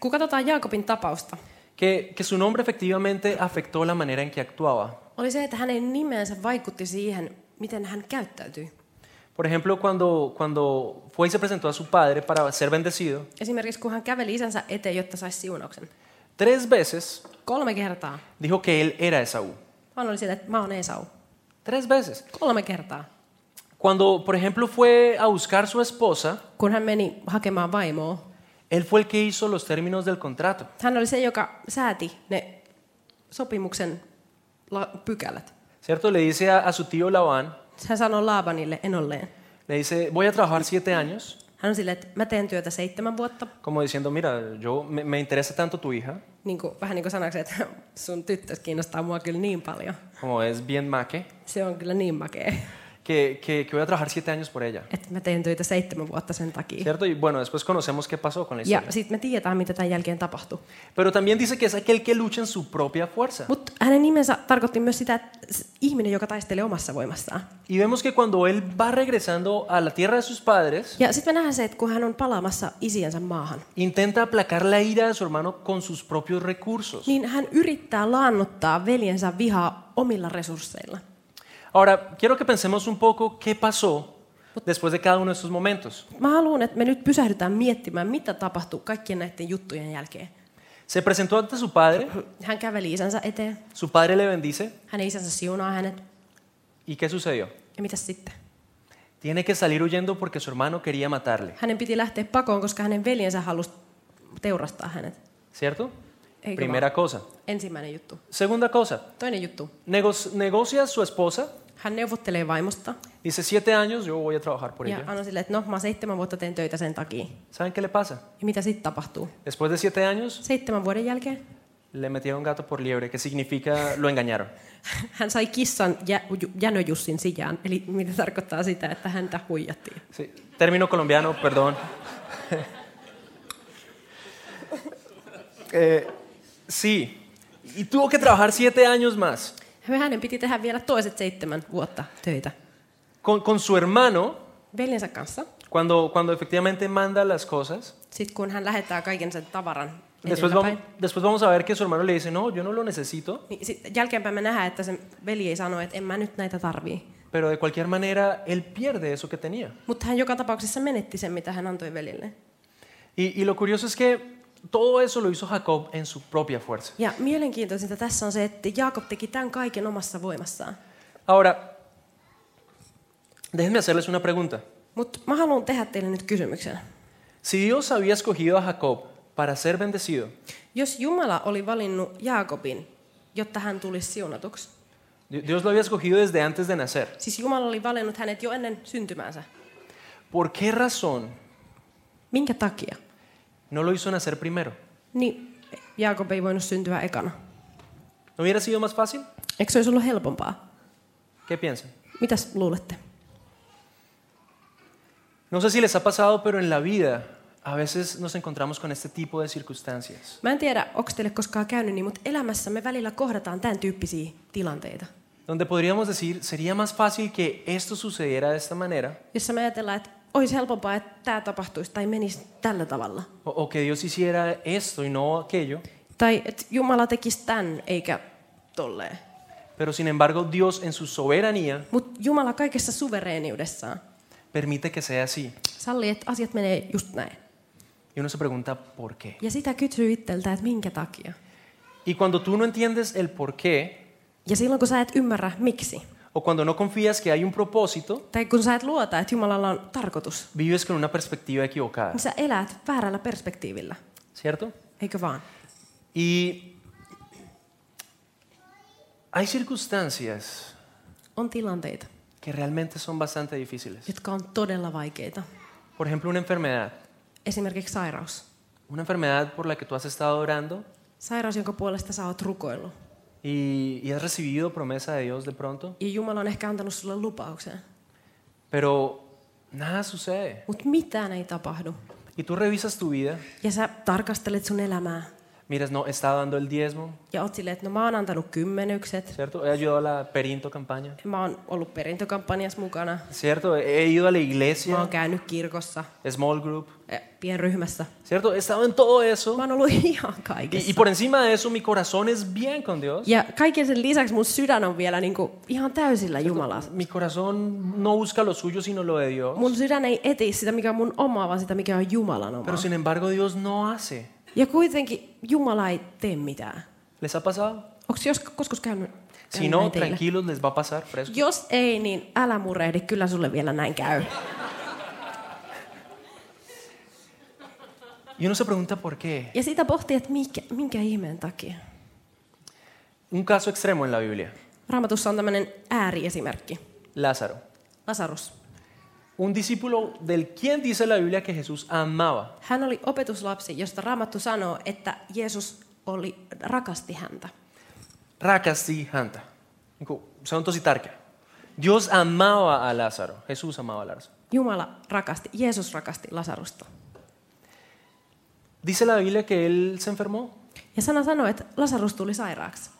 Speaker 2: Kun katsotaan Jaakobin tapausta,
Speaker 1: que, que su nombre efectivamente afectó la manera en que actuaba.
Speaker 2: oli se, että hänen nimensä vaikutti siihen, miten hän käyttäytyi.
Speaker 1: Por ejemplo, cuando, cuando fue y se presentó a su padre para ser bendecido,
Speaker 2: Esimerkiksi kun hän käveli isänsä eteen, jotta saisi siunauksen.
Speaker 1: tres veces
Speaker 2: Kolme kertaa.
Speaker 1: dijo que él era Esaú.
Speaker 2: Hän oli sitä, että mä oon Esau.
Speaker 1: Tres veces.
Speaker 2: Kolme kertaa.
Speaker 1: Cuando, por ejemplo, fue a buscar su esposa,
Speaker 2: Kun hän meni hakemaan vaimoa,
Speaker 1: él fue el que hizo los términos del contrato.
Speaker 2: hän oli se, joka sääti ne sopimuksen la- pykälät.
Speaker 1: ¿Cierto? Le dice a, a su tío Labán,
Speaker 2: Hän sanoi Laabanille enolleen.
Speaker 1: le dice, voy a trabajar siete años,
Speaker 2: Hän on silleen, että mä teen työtä seitsemän vuotta,
Speaker 1: como diciendo, mira, yo me, me interesa tanto tu hija,
Speaker 2: niin kuin, vähän niin kuin sanaksi, että sun tyttös kiinnostaa mua kyllä niin paljon.
Speaker 1: como es bien maque,
Speaker 2: Se on kyllä niin makea.
Speaker 1: que, que- que voy a trabajar siete años por ella.
Speaker 2: Että mä tein töitä seitsemän vuotta sen takia.
Speaker 1: ¿Cierto? Y bueno, después conocemos qué pasó con la
Speaker 2: Ja
Speaker 1: historia.
Speaker 2: sitten me tiedetään, mitä tämän jälkeen tapahtui.
Speaker 1: Pero también dice que es aquel que lucha en su propia fuerza.
Speaker 2: Mutta hänen nimensä tarkoitti myös sitä, että s- ihminen, joka taistelee omassa voimassaan.
Speaker 1: Y vemos que cuando él va regresando a la tierra de sus padres,
Speaker 2: Ja sitten me nähdään se, että kun hän on palaamassa isiensä maahan,
Speaker 1: intenta aplacar la ira de su hermano con sus propios recursos.
Speaker 2: niin hän yrittää laannuttaa veljensä vihaa omilla resursseilla.
Speaker 1: Ahora, quiero que pensemos un poco qué pasó después de cada uno de estos momentos.
Speaker 2: Mä haluan, että me nyt pysähdytään miettimään, mitä tapahtuu kaikkien näiden juttujen jälkeen.
Speaker 1: Se presentó ante su padre,
Speaker 2: Hän käveli isänsä eteen,
Speaker 1: su padre le bendice,
Speaker 2: hänen isänsä siunaa hänet.
Speaker 1: ¿y qué sucedió?
Speaker 2: Ja mitä sitten?
Speaker 1: Tiene que salir huyendo porque su hermano quería matarle,
Speaker 2: Hänen piti lähteä pakoon, koska hänen veljensä halusi teurastaa hänet.
Speaker 1: ¿cierto?
Speaker 2: Ey,
Speaker 1: Primera cosa.
Speaker 2: Ensimmäinen juttu.
Speaker 1: Segunda cosa,
Speaker 2: Toinen juttu.
Speaker 1: nego- negocia a su esposa,
Speaker 2: Hän neuvottelee vaimosta
Speaker 1: dice siete años, yo voy a trabajar por
Speaker 2: ja
Speaker 1: ella.
Speaker 2: anna sille, että no, mä oon seitsemän vuotta teen töitä sen takia.
Speaker 1: ¿Saben qué le pasa?
Speaker 2: Ja mitä sitten tapahtuu?
Speaker 1: Después de siete años,
Speaker 2: Seitsemän vuoden jälkeen
Speaker 1: le metieron gato por liebre, que significa lo engañaron.
Speaker 2: hän sai kissan jä, Ju- jänöjussin sijaan, eli mitä tarkoittaa sitä, että häntä huijattiin.
Speaker 1: Sí, término colombiano, perdón. Eh, sí, y tuvo que trabajar siete años más
Speaker 2: Hänen piti tehdä vielä toiset seitsemän vuotta töitä
Speaker 1: con, con su hermano
Speaker 2: veljensä kanssa.
Speaker 1: cuando, cuando efectivamente manda las cosas.
Speaker 2: Sitten kun hän lähettää kaiken sen tavaran
Speaker 1: Después
Speaker 2: eteenpäin,
Speaker 1: vamos, después vamos a ver que su hermano le dice, no, yo no lo necesito,
Speaker 2: niin sit jälkeenpäin me nähdään, että sen veli ei sano, että en mä nyt näitä tarvii.
Speaker 1: pero de cualquier manera él pierde eso que tenía.
Speaker 2: Mutta hän joka tapauksessa menetti sen, mitä hän antoi velille.
Speaker 1: Y, y lo curioso es que todo eso lo hizo Jacob en su propia fuerza.
Speaker 2: Ja mielenkiintoisinta tässä on se, että Jaakob teki tämän kaiken omassa voimassaan.
Speaker 1: Ahora, déjenme hacerles una pregunta.
Speaker 2: Mutta mä haluan tehdä teille nyt kysymyksen.
Speaker 1: Si Dios había escogido a Jacob para ser bendecido,
Speaker 2: Jos Jumala oli valinnut Jaakobin, jotta hän tulisi siunatuksi,
Speaker 1: Di- Dios lo había escogido desde antes de nacer,
Speaker 2: siis Jumala oli valinnut hänet jo ennen syntymäänsä,
Speaker 1: ¿por qué razón
Speaker 2: minkä takia?
Speaker 1: no lo hizo nacer primero?
Speaker 2: Niin Jaakob ei voinut syntyä ekana.
Speaker 1: ¿No hubiera sido más fácil?
Speaker 2: Eikö se olisi ollut helpompaa?
Speaker 1: ¿Qué piensan?
Speaker 2: Mitäs luulette?
Speaker 1: No sé si les ha pasado, pero en la vida a veces nos encontramos con este tipo de circunstancias.
Speaker 2: Mä en tiedä, onko teille koskaan käynyt niin, mutta elämässä me välillä kohdataan tämän tyyppisiä tilanteita,
Speaker 1: Donde podríamos decir, sería más fácil que esto sucediera de esta manera
Speaker 2: jossa me ajatellaan, että olisi helpompaa, että tämä tapahtuisi tai menisi tällä tavalla.
Speaker 1: o, o que Dios hiciera esto y no aquello.
Speaker 2: Tai että Jumala tekisi tämän eikä tolleen.
Speaker 1: Pero sin embargo, Dios en su soberanía
Speaker 2: Mutta Jumala kaikessa suvereeniudessaan
Speaker 1: permite que sea así.
Speaker 2: sallii, että asiat menee just näin.
Speaker 1: Y uno se pregunta, ¿por qué?
Speaker 2: Ja sitä kysyy itseltä, että minkä takia.
Speaker 1: Y cuando tú no entiendes el por qué,
Speaker 2: Ja silloin kun sä et ymmärrä miksi,
Speaker 1: o cuando no confías que hay un propósito,
Speaker 2: tai kun sä et luota, että Jumalalla on tarkoitus,
Speaker 1: vives con una perspectiva equivocada,
Speaker 2: niin sä elät väärällä perspektiivillä,
Speaker 1: ¿cierto?
Speaker 2: eikö vaan?
Speaker 1: Y hay circunstancias
Speaker 2: On tilanteita,
Speaker 1: que realmente son bastante difíciles.
Speaker 2: jotka on todella vaikeita.
Speaker 1: Por ejemplo, una enfermedad.
Speaker 2: Esimerkiksi sairaus.
Speaker 1: Una enfermedad por la que tú has estado orando
Speaker 2: Sairaus, jonka puolesta sä oot rukoillut.
Speaker 1: y, y has recibido promesa de Dios de pronto,
Speaker 2: Ja Jumala on ehkä antanut sulle lupauksen.
Speaker 1: pero nada sucede.
Speaker 2: Mutta mitään ei tapahdu.
Speaker 1: Y tú revisas tu vida,
Speaker 2: Ja sä tarkastelet sun elämää.
Speaker 1: miras, no, he estado dando el diezmo,
Speaker 2: Ja oot silleen, että no mä oon antanut kymmenykset.
Speaker 1: ¿cierto? He ayudado a la perinto campaña,
Speaker 2: Mä oon ollut perintökampanjassa mukana.
Speaker 1: ¿cierto? He ido a la
Speaker 2: Mä oon
Speaker 1: iglesia,
Speaker 2: käynyt kirkossa,
Speaker 1: small group,
Speaker 2: eh, pienryhmässä.
Speaker 1: ¿cierto? He estado en todo eso.
Speaker 2: Mä oon ollut ihan
Speaker 1: Y, y
Speaker 2: kaikessa.
Speaker 1: por encima de eso, mi corazón es bien con Dios.
Speaker 2: Ja kaiken sen lisäksi mun sydän on vielä niinku ihan täysillä Jumalaa.
Speaker 1: Mi corazón no busca lo suyo, sino lo de Dios.
Speaker 2: Mun sydän ei eti sitä, mikä on mun omaa, vaan sitä, mikä on Jumalan omaa.
Speaker 1: Pero sin embargo, Dios no hace.
Speaker 2: Ja kuitenkin Jumala ei tee mitään.
Speaker 1: ¿Les ha pasado?
Speaker 2: Onko jos koskus käynyt,
Speaker 1: Si
Speaker 2: käynyt
Speaker 1: no,
Speaker 2: näin teille?
Speaker 1: tranquilos, les va a pasar fresco.
Speaker 2: Jos ei, niin älä murehdi, kyllä sulle vielä näin käy.
Speaker 1: Y uno se pregunta por qué.
Speaker 2: Ja sitä pohtii, että mikä, minkä ihmeen takia.
Speaker 1: Un caso extremo en la Biblia.
Speaker 2: Raamatussa on tämmöinen ääriesimerkki.
Speaker 1: Lázaro.
Speaker 2: Lasarus.
Speaker 1: Un discípulo del quien dice la Biblia que Jesús amaba.
Speaker 2: Hän oli opetuslapsi, josta Raamattu sanoo, että Jeesus oli, rakasti häntä.
Speaker 1: Rakasti hanta. Niinku, Se on tosi tärkeä. Dios amaba a Lázaro. Jesús amaba a Lázaro.
Speaker 2: Jumala rakasti, Jeesus rakasti Lasarusta.
Speaker 1: Dice la Biblia que él se enfermó.
Speaker 2: Ja sana sanoi, että Lasarus tuli sairaaksi.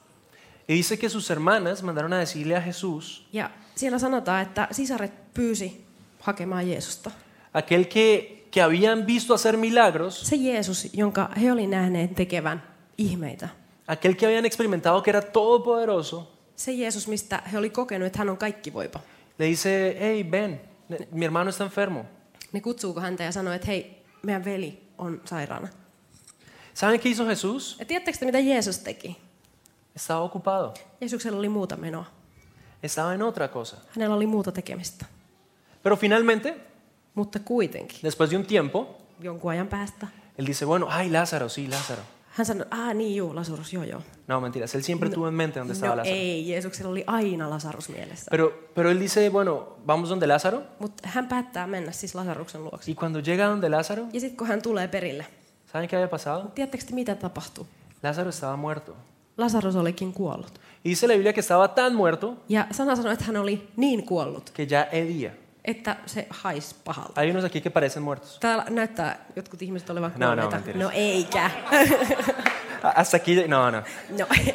Speaker 1: Y dice que sus hermanas mandaron a decirle a Jesús,
Speaker 2: Ja siellä sanotaan, että sisaret pyysi hakemaan Jeesusta.
Speaker 1: aquel que, que habían visto hacer milagros,
Speaker 2: Se Jeesus, jonka he oli nähneet tekevän ihmeitä.
Speaker 1: aquel que habían experimentado que era todopoderoso,
Speaker 2: Se Jeesus, mistä he oli kokenut, että hän on kaikki voipa.
Speaker 1: le dice, hey, ven, ne- mi hermano está enfermo.
Speaker 2: Ne kutsuuko häntä ja sanoo, että hei, meidän veli on sairaana.
Speaker 1: ¿Saben qué hizo Jesús?
Speaker 2: Ja tiedättekö te, mitä Jeesus teki?
Speaker 1: Estaba ocupado,
Speaker 2: Jeesuksella oli muuta menoa.
Speaker 1: estaba en otra cosa.
Speaker 2: Hänellä oli muuta tekemistä.
Speaker 1: Pero finalmente,
Speaker 2: Mutta kuitenkin,
Speaker 1: después de un tiempo,
Speaker 2: jonkun ajan päästä,
Speaker 1: él dice, bueno, ay, Lázaro, sí, Lázaro.
Speaker 2: hän sanoi, ah niin juu, Lasarus, joo joo.
Speaker 1: No, mentiras, él siempre tuvo en mente dónde estaba
Speaker 2: No eh,
Speaker 1: Lázaro.
Speaker 2: ei, Jeesuksella oli aina Lasarus mielessä.
Speaker 1: Pero, pero él dice, bueno, vamos donde Lázaro.
Speaker 2: Mutta hän päättää mennä siis Lasaruksen luokse.
Speaker 1: Y cuando llega donde Lázaro,
Speaker 2: Ja sitten kun hän tulee perille,
Speaker 1: ¿saben qué había pasado?
Speaker 2: tiedättekö te, mitä tapahtuu?
Speaker 1: Lázaro estaba muerto.
Speaker 2: Lasarus olikin kuollut.
Speaker 1: Y dice la Biblia que estaba tan muerto
Speaker 2: Ja sana sanoi, että hän oli niin kuollut,
Speaker 1: que ya hedía.
Speaker 2: että se haisi pahalta.
Speaker 1: Hay unos aquí que parecen muertos.
Speaker 2: Täällä näyttää jotkut ihmiset olevan
Speaker 1: No, no,
Speaker 2: kuolleita.
Speaker 1: mä en tiedä.
Speaker 2: no eikä.
Speaker 1: A- Ah, Hasta aquí, no, no.
Speaker 2: No ei.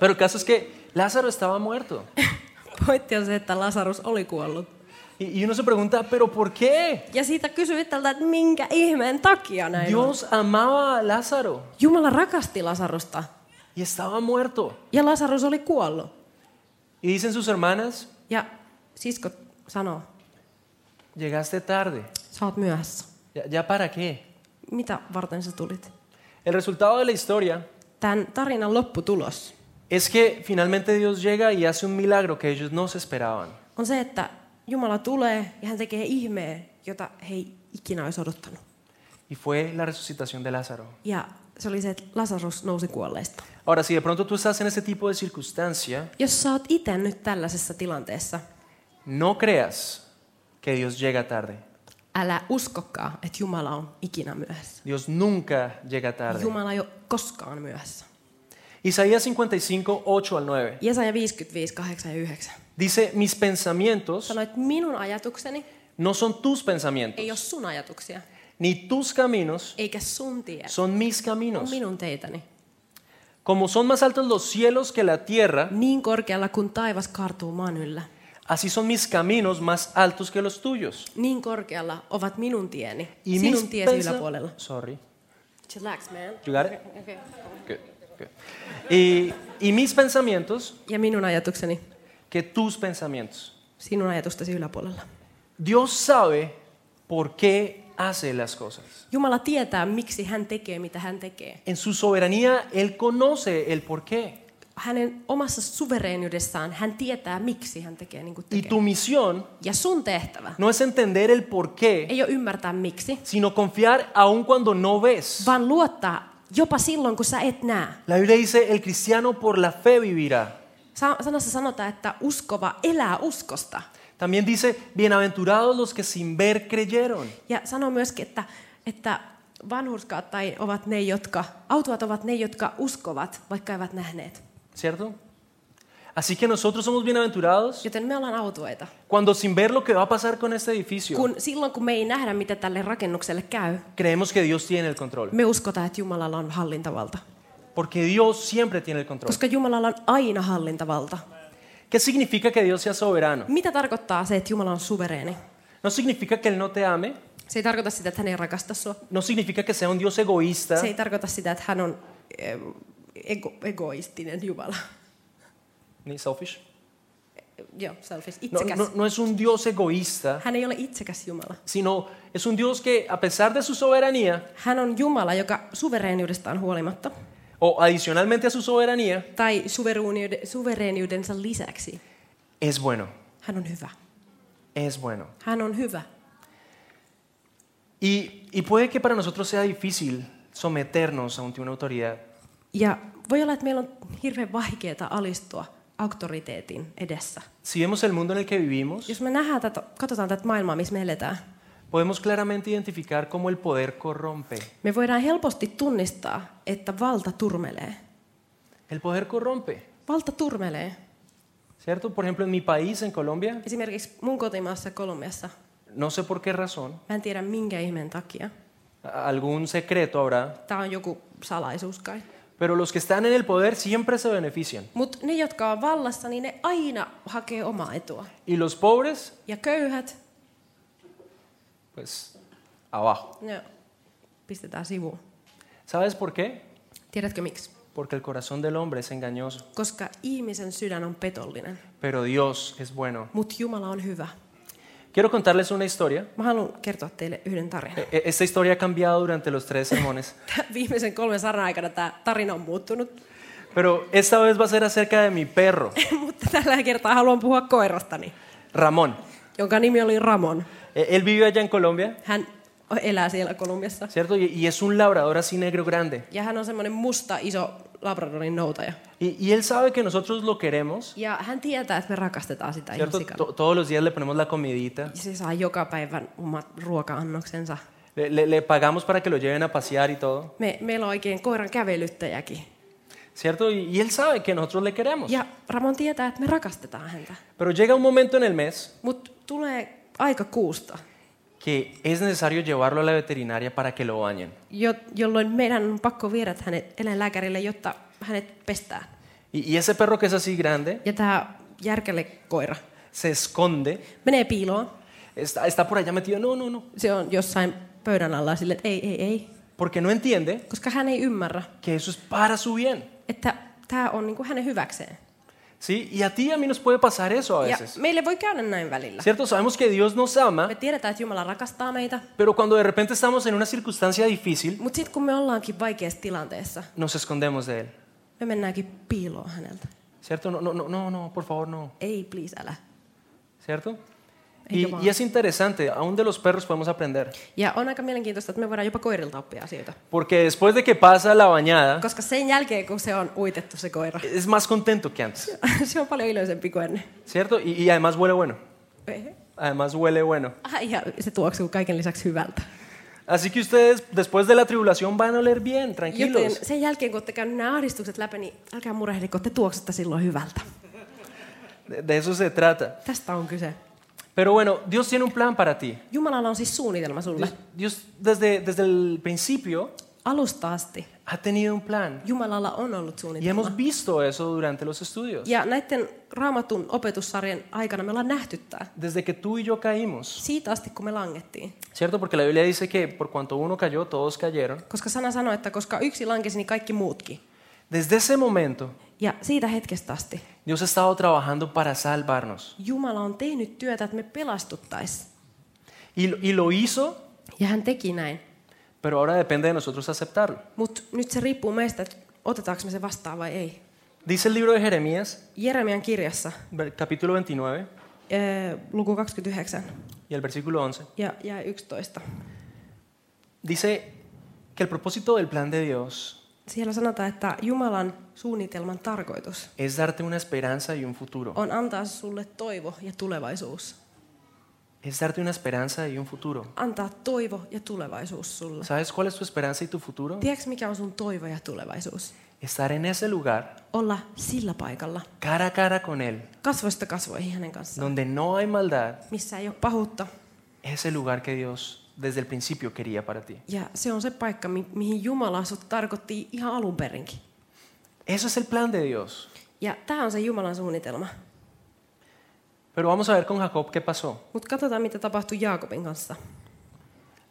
Speaker 1: Pero el caso es que Lázaro estaba muerto.
Speaker 2: Pointti on se, että Lasarus oli kuollut.
Speaker 1: Y, y uno se pregunta, ¿pero por qué?
Speaker 2: Ja siitä kysyi tältä, että minkä ihmeen takia näin on.
Speaker 1: Dios amaba a Lázaro
Speaker 2: Jumala rakasti Lasarusta.
Speaker 1: y estaba muerto.
Speaker 2: Ja Lasarus oli kuollut.
Speaker 1: Y dicen sus hermanas,
Speaker 2: Ja sisko sanoo,
Speaker 1: llegaste tarde.
Speaker 2: sä oot myöhässä.
Speaker 1: ¿Ya, ya para qué?
Speaker 2: Mitä varten sä tulit?
Speaker 1: El resultado de la historia
Speaker 2: Tämän tarinan lopputulos
Speaker 1: es que finalmente Dios llega y hace un milagro que ellos no se esperaban.
Speaker 2: on se, että Jumala tulee ja hän tekee ihmeen, jota he ei ikinä olisi odottanut.
Speaker 1: Y fue la resucitación de Lázaro.
Speaker 2: Ja se oli se, että Lasarus nousi kuolleista.
Speaker 1: Ahora, si de pronto tú estás en ese tipo de circunstancia,
Speaker 2: Jos sä oot itse nyt tällaisessa tilanteessa,
Speaker 1: no creas que Dios llega tarde.
Speaker 2: älä uskokaa, että Jumala on ikinä myöhässä.
Speaker 1: Dios nunca llega tarde.
Speaker 2: Jumala ei ole koskaan myöhässä.
Speaker 1: Isaías 55, 8 al 9.
Speaker 2: Jesaja 55, 8 ja 9.
Speaker 1: Dice, mis pensamientos
Speaker 2: Sanoit, minun ajatukseni
Speaker 1: no son tus pensamientos,
Speaker 2: ei ole sun ajatuksia,
Speaker 1: ni tus caminos
Speaker 2: eikä sun tie,
Speaker 1: son mis
Speaker 2: on
Speaker 1: caminos.
Speaker 2: minun teitäni.
Speaker 1: Como son más altos los cielos que la tierra,
Speaker 2: Niin korkealla kuin taivas kartuu maan yllä,
Speaker 1: así son mis caminos más altos que los tuyos.
Speaker 2: niin korkealla ovat minun tieni,
Speaker 1: Y mis
Speaker 2: sinun tiesi
Speaker 1: pensa-
Speaker 2: yläpuolella.
Speaker 1: Sorry.
Speaker 2: Chillax, man.
Speaker 1: You got it? Good, good. Y, y mis pensamientos
Speaker 2: Ja minun ajatukseni
Speaker 1: que tus pensamientos.
Speaker 2: sinun ajatustesi yläpuolella.
Speaker 1: Dios sabe por qué hace las cosas.
Speaker 2: Jumala tietää, miksi hän tekee, mitä hän tekee.
Speaker 1: En su soberanía, Él conoce el por qué.
Speaker 2: Hänen omassa suvereenyydessään hän tietää, miksi hän tekee niin kuin
Speaker 1: Y
Speaker 2: tekee.
Speaker 1: tu misión
Speaker 2: Ja sun tehtävä
Speaker 1: no es entender el por qué,
Speaker 2: ei ole ymmärtää miksi,
Speaker 1: sino confiar aun cuando no ves.
Speaker 2: vaan luottaa jopa silloin, kun sä et näe.
Speaker 1: La Biblia dice, el cristiano por la fe vivirá.
Speaker 2: Sa- Sanassa sanotaan, että uskova elää uskosta.
Speaker 1: También dice, bienaventurados los que sin ver creyeron.
Speaker 2: Ja sanoo myöskin, että, että vanhurskaat tai ovat ne, jotka, autuat ovat ne, jotka uskovat, vaikka eivät nähneet.
Speaker 1: ¿Cierto? Así que nosotros somos bienaventurados
Speaker 2: Joten me ollaan autueita.
Speaker 1: cuando sin ver lo que va a pasar con este edificio,
Speaker 2: Kun, silloin kun me ei nähdä, mitä tälle rakennukselle käy,
Speaker 1: creemos que Dios tiene el control.
Speaker 2: me uskotaan, että Jumalalla on hallintavalta.
Speaker 1: Porque Dios siempre tiene el control.
Speaker 2: Koska Jumalalla on aina hallintavalta.
Speaker 1: ¿Qué significa que Dios sea soberano?
Speaker 2: Mitä tarkoittaa se, että Jumala on suvereeni?
Speaker 1: No significa que Él no te ame,
Speaker 2: Se ei tarkoita sitä, että hän ei rakasta sua.
Speaker 1: no significa que sea un Dios egoísta,
Speaker 2: Se ei tarkoita sitä, että hän on eh, ego, egoistinen Jumala.
Speaker 1: ni selfish.
Speaker 2: Joo, selfish,
Speaker 1: No,
Speaker 2: itsekäs.
Speaker 1: no- no es un Dios egoísta,
Speaker 2: Hän ei ole itsekäs Jumala.
Speaker 1: sino es un Dios que a pesar de su soberanía,
Speaker 2: Hän on Jumala, joka suvereeniudestaan huolimatta,
Speaker 1: o adicionalmente a su soberanía,
Speaker 2: tai suveruuniude- suvereeniudensä lisäksi,
Speaker 1: es bueno,
Speaker 2: hän on hyvä.
Speaker 1: es bueno.
Speaker 2: Hän on hyvä.
Speaker 1: Y, y puede que para nosotros sea difícil someternos ante una autoridad,
Speaker 2: Ja voi olla, että meillä on hirveän vaikeaa alistua auktoriteetin edessä.
Speaker 1: Si vemos el mundo en el que vivimos,
Speaker 2: Jos me nähdään, tätä, katsotaan tätä maailmaa, missä me eletään,
Speaker 1: podemos claramente identificar cómo el poder corrompe.
Speaker 2: me voidaan helposti tunnistaa, että valta turmelee.
Speaker 1: El poder corrompe.
Speaker 2: Valta turmelee.
Speaker 1: ¿Cierto? Por ejemplo, en mi país, en Colombia,
Speaker 2: Esimerkiksi mun kotimaassa Kolumbiassa,
Speaker 1: no sé por qué razón,
Speaker 2: mä en tiedä minkä ihmeen takia,
Speaker 1: a- algún secreto habrá,
Speaker 2: tämä on joku salaisuus kai,
Speaker 1: pero los que están en el poder siempre se benefician.
Speaker 2: mutta ne, jotka on vallassa, niin ne aina hakee omaa etua.
Speaker 1: Y los pobres,
Speaker 2: Ja köyhät,
Speaker 1: pues, abajo.
Speaker 2: ne pistetään sivuun.
Speaker 1: ¿Sabes por qué?
Speaker 2: Tiedätkö miksi?
Speaker 1: Porque el corazón del hombre es engañoso.
Speaker 2: Koska ihmisen sydän on petollinen,
Speaker 1: Pero Dios es bueno.
Speaker 2: mutta Jumala on hyvä.
Speaker 1: Quiero contarles una historia.
Speaker 2: Mä haluan kertoa teille yhden tarinan.
Speaker 1: E- e- Esta historia ha cambiado durante los tres sermones,
Speaker 2: Tää Viimeisen kolmen saran aikana tämä tarina on muuttunut,
Speaker 1: pero esta vez va a ser acerca de mi perro,
Speaker 2: mutta tällä kertaa haluan puhua koirastani,
Speaker 1: Ramón.
Speaker 2: jonka nimi oli Ramon.
Speaker 1: E- Él vive allá en Colombia,
Speaker 2: Hän elää siellä Kolumbiassa.
Speaker 1: ¿cierto? Y- Y es un labrador así negro grande.
Speaker 2: Ja hän on semmoinen musta, iso Labradorin noutaja.
Speaker 1: Y, y él sabe que nosotros lo queremos,
Speaker 2: Ja hän tietää, että me rakastetaan sitä ihan
Speaker 1: ¿cierto?
Speaker 2: sikana.
Speaker 1: To- todos los días le ponemos la comidita,
Speaker 2: Se saa joka päivän omat ruoka-annoksensa.
Speaker 1: le, le- le pagamos para que lo lleven a pasear y todo,
Speaker 2: Me, meillä on oikein koiran kävelyttäjäkin.
Speaker 1: ¿cierto? Y, y él sabe que nosotros le queremos.
Speaker 2: Ja Ramon tietää, että me rakastetaan häntä.
Speaker 1: Pero llega un momento en el mes
Speaker 2: Mutta tulee aika kuusta,
Speaker 1: que es necesario llevarlo a la veterinaria para que lo bañen.
Speaker 2: jo, jolloin meidän on pakko viedä hänet eläinlääkärille, jotta hänet pestään.
Speaker 1: Y, y ese perro que es así grande
Speaker 2: Ja tämä järkele koira
Speaker 1: se esconde,
Speaker 2: menee piiloon.
Speaker 1: está, está por allá metido, no, no, no,
Speaker 2: Se on jossain pöydän alla sille, että ei, ei, ei.
Speaker 1: porque no entiende
Speaker 2: Koska hän ei ymmärrä,
Speaker 1: que eso es para su bien.
Speaker 2: että tämä on niinku hänen hyväkseen.
Speaker 1: ¿Sí? Y a ti y a mí nos puede pasar eso a
Speaker 2: Ja
Speaker 1: veces.
Speaker 2: meille voi käydä näin välillä.
Speaker 1: ¿Cierto? Sabemos que Dios nos ama,
Speaker 2: Me tiedetään, että Jumala rakastaa meitä,
Speaker 1: pero cuando de repente estamos en una circunstancia difícil,
Speaker 2: mutta sitten kun me ollaankin vaikeassa tilanteessa,
Speaker 1: nos escondemos de él.
Speaker 2: me mennäänkin piiloon häneltä.
Speaker 1: ¿Cierto? No, no, no, no, no, por favor, no.
Speaker 2: Ei, please, älä.
Speaker 1: ¿Cierto?
Speaker 2: Ay, qué
Speaker 1: Y,
Speaker 2: mal.
Speaker 1: y es interesante, aún de los perros podemos aprender.
Speaker 2: Ja on aika mielenkiintoista, että me voidaan jopa koirilta oppia asioita.
Speaker 1: Porque después de que pasa la bañada,
Speaker 2: Koska sen jälkeen, kun se on uitettu se koira,
Speaker 1: es más contento que antes.
Speaker 2: se on paljon iloisempi kuin ennen.
Speaker 1: ¿Cierto? Y, y además huele bueno. Además huele bueno.
Speaker 2: Ai, ja se tuoksuu kaiken lisäksi hyvältä.
Speaker 1: Así que ustedes, después de la tribulación, van a oler bien,
Speaker 2: Joten
Speaker 1: tranquilos.
Speaker 2: sen jälkeen, kun olette käyneet nämä ahdistukset läpi, niin älkää murehdikaa, te tuoksutta silloin hyvältä.
Speaker 1: De, de eso se trata.
Speaker 2: Tästä on kyse.
Speaker 1: Pero bueno, Dios tiene un plan para ti.
Speaker 2: Jumalalla on siis suunnitelma sulle.
Speaker 1: Dios, Dios desde, desdesde el principio
Speaker 2: Alusta asti
Speaker 1: ha tenido un plan.
Speaker 2: Jumalalla on ollut
Speaker 1: Y
Speaker 2: suunnitelma.
Speaker 1: hemos visto eso durante los estudios.
Speaker 2: Ja näiden raamatun opetussarjan aikana me ollaan nähty tämä.
Speaker 1: Desde que tú y yo caímos,
Speaker 2: Siitä asti, kun me langettiin.
Speaker 1: ¿Cierto? Porque la Biblia dice que por cuanto uno cayó, todos cayeron.
Speaker 2: Koska sana sanoi, että koska yksi lankesi, niin kaikki muutkin.
Speaker 1: Desde ese momento,
Speaker 2: Ja siitä hetkestä asti
Speaker 1: Dios ha estado trabajando para salvarnos.
Speaker 2: Jumala on tehnyt työtä, että me pelastuttaisiin.
Speaker 1: Y, lo- y lo hizo,
Speaker 2: Ja hän teki näin.
Speaker 1: pero ahora depende de nosotros aceptarlo.
Speaker 2: Mutta nyt se riippuu meistä, että otetaanko me se vastaan vai ei.
Speaker 1: Dice el libro de Jeremías,
Speaker 2: Jeremian kirjassa,
Speaker 1: ver- capítulo 29
Speaker 2: ää, luku 29
Speaker 1: y el versículo 11,
Speaker 2: ja, ja 11.
Speaker 1: dice que el propósito del plan de Dios
Speaker 2: Siellä sanotaan, että Jumalan suunnitelman tarkoitus
Speaker 1: es darte una esperanza y un futuro.
Speaker 2: on antaa sulle toivo ja tulevaisuus.
Speaker 1: Es darte una esperanza y un futuro.
Speaker 2: antaa toivo ja tulevaisuus sulle.
Speaker 1: ¿Sabes cuál es tu esperanza y tu futuro?
Speaker 2: Tiedätkö, mikä on sun toivo ja tulevaisuus?
Speaker 1: Estar en ese lugar,
Speaker 2: Olla sillä paikalla,
Speaker 1: cara a cara con Él,
Speaker 2: kasvoista kasvoihin hänen kanssaan,
Speaker 1: donde no hay maldad,
Speaker 2: missä ei ole pahuutta.
Speaker 1: es el lugar que Dios desde el principio quería para ti.
Speaker 2: Ja se on se paikka, mi- mihin Jumala sut tarkoitti ihan alun perinkin.
Speaker 1: Eso es el plan de Dios.
Speaker 2: Ja tämä on se Jumalan suunnitelma.
Speaker 1: Pero vamos a ver con Jacob qué pasó.
Speaker 2: Mutta katsotaan, mitä tapahtui Jaakobin kanssa.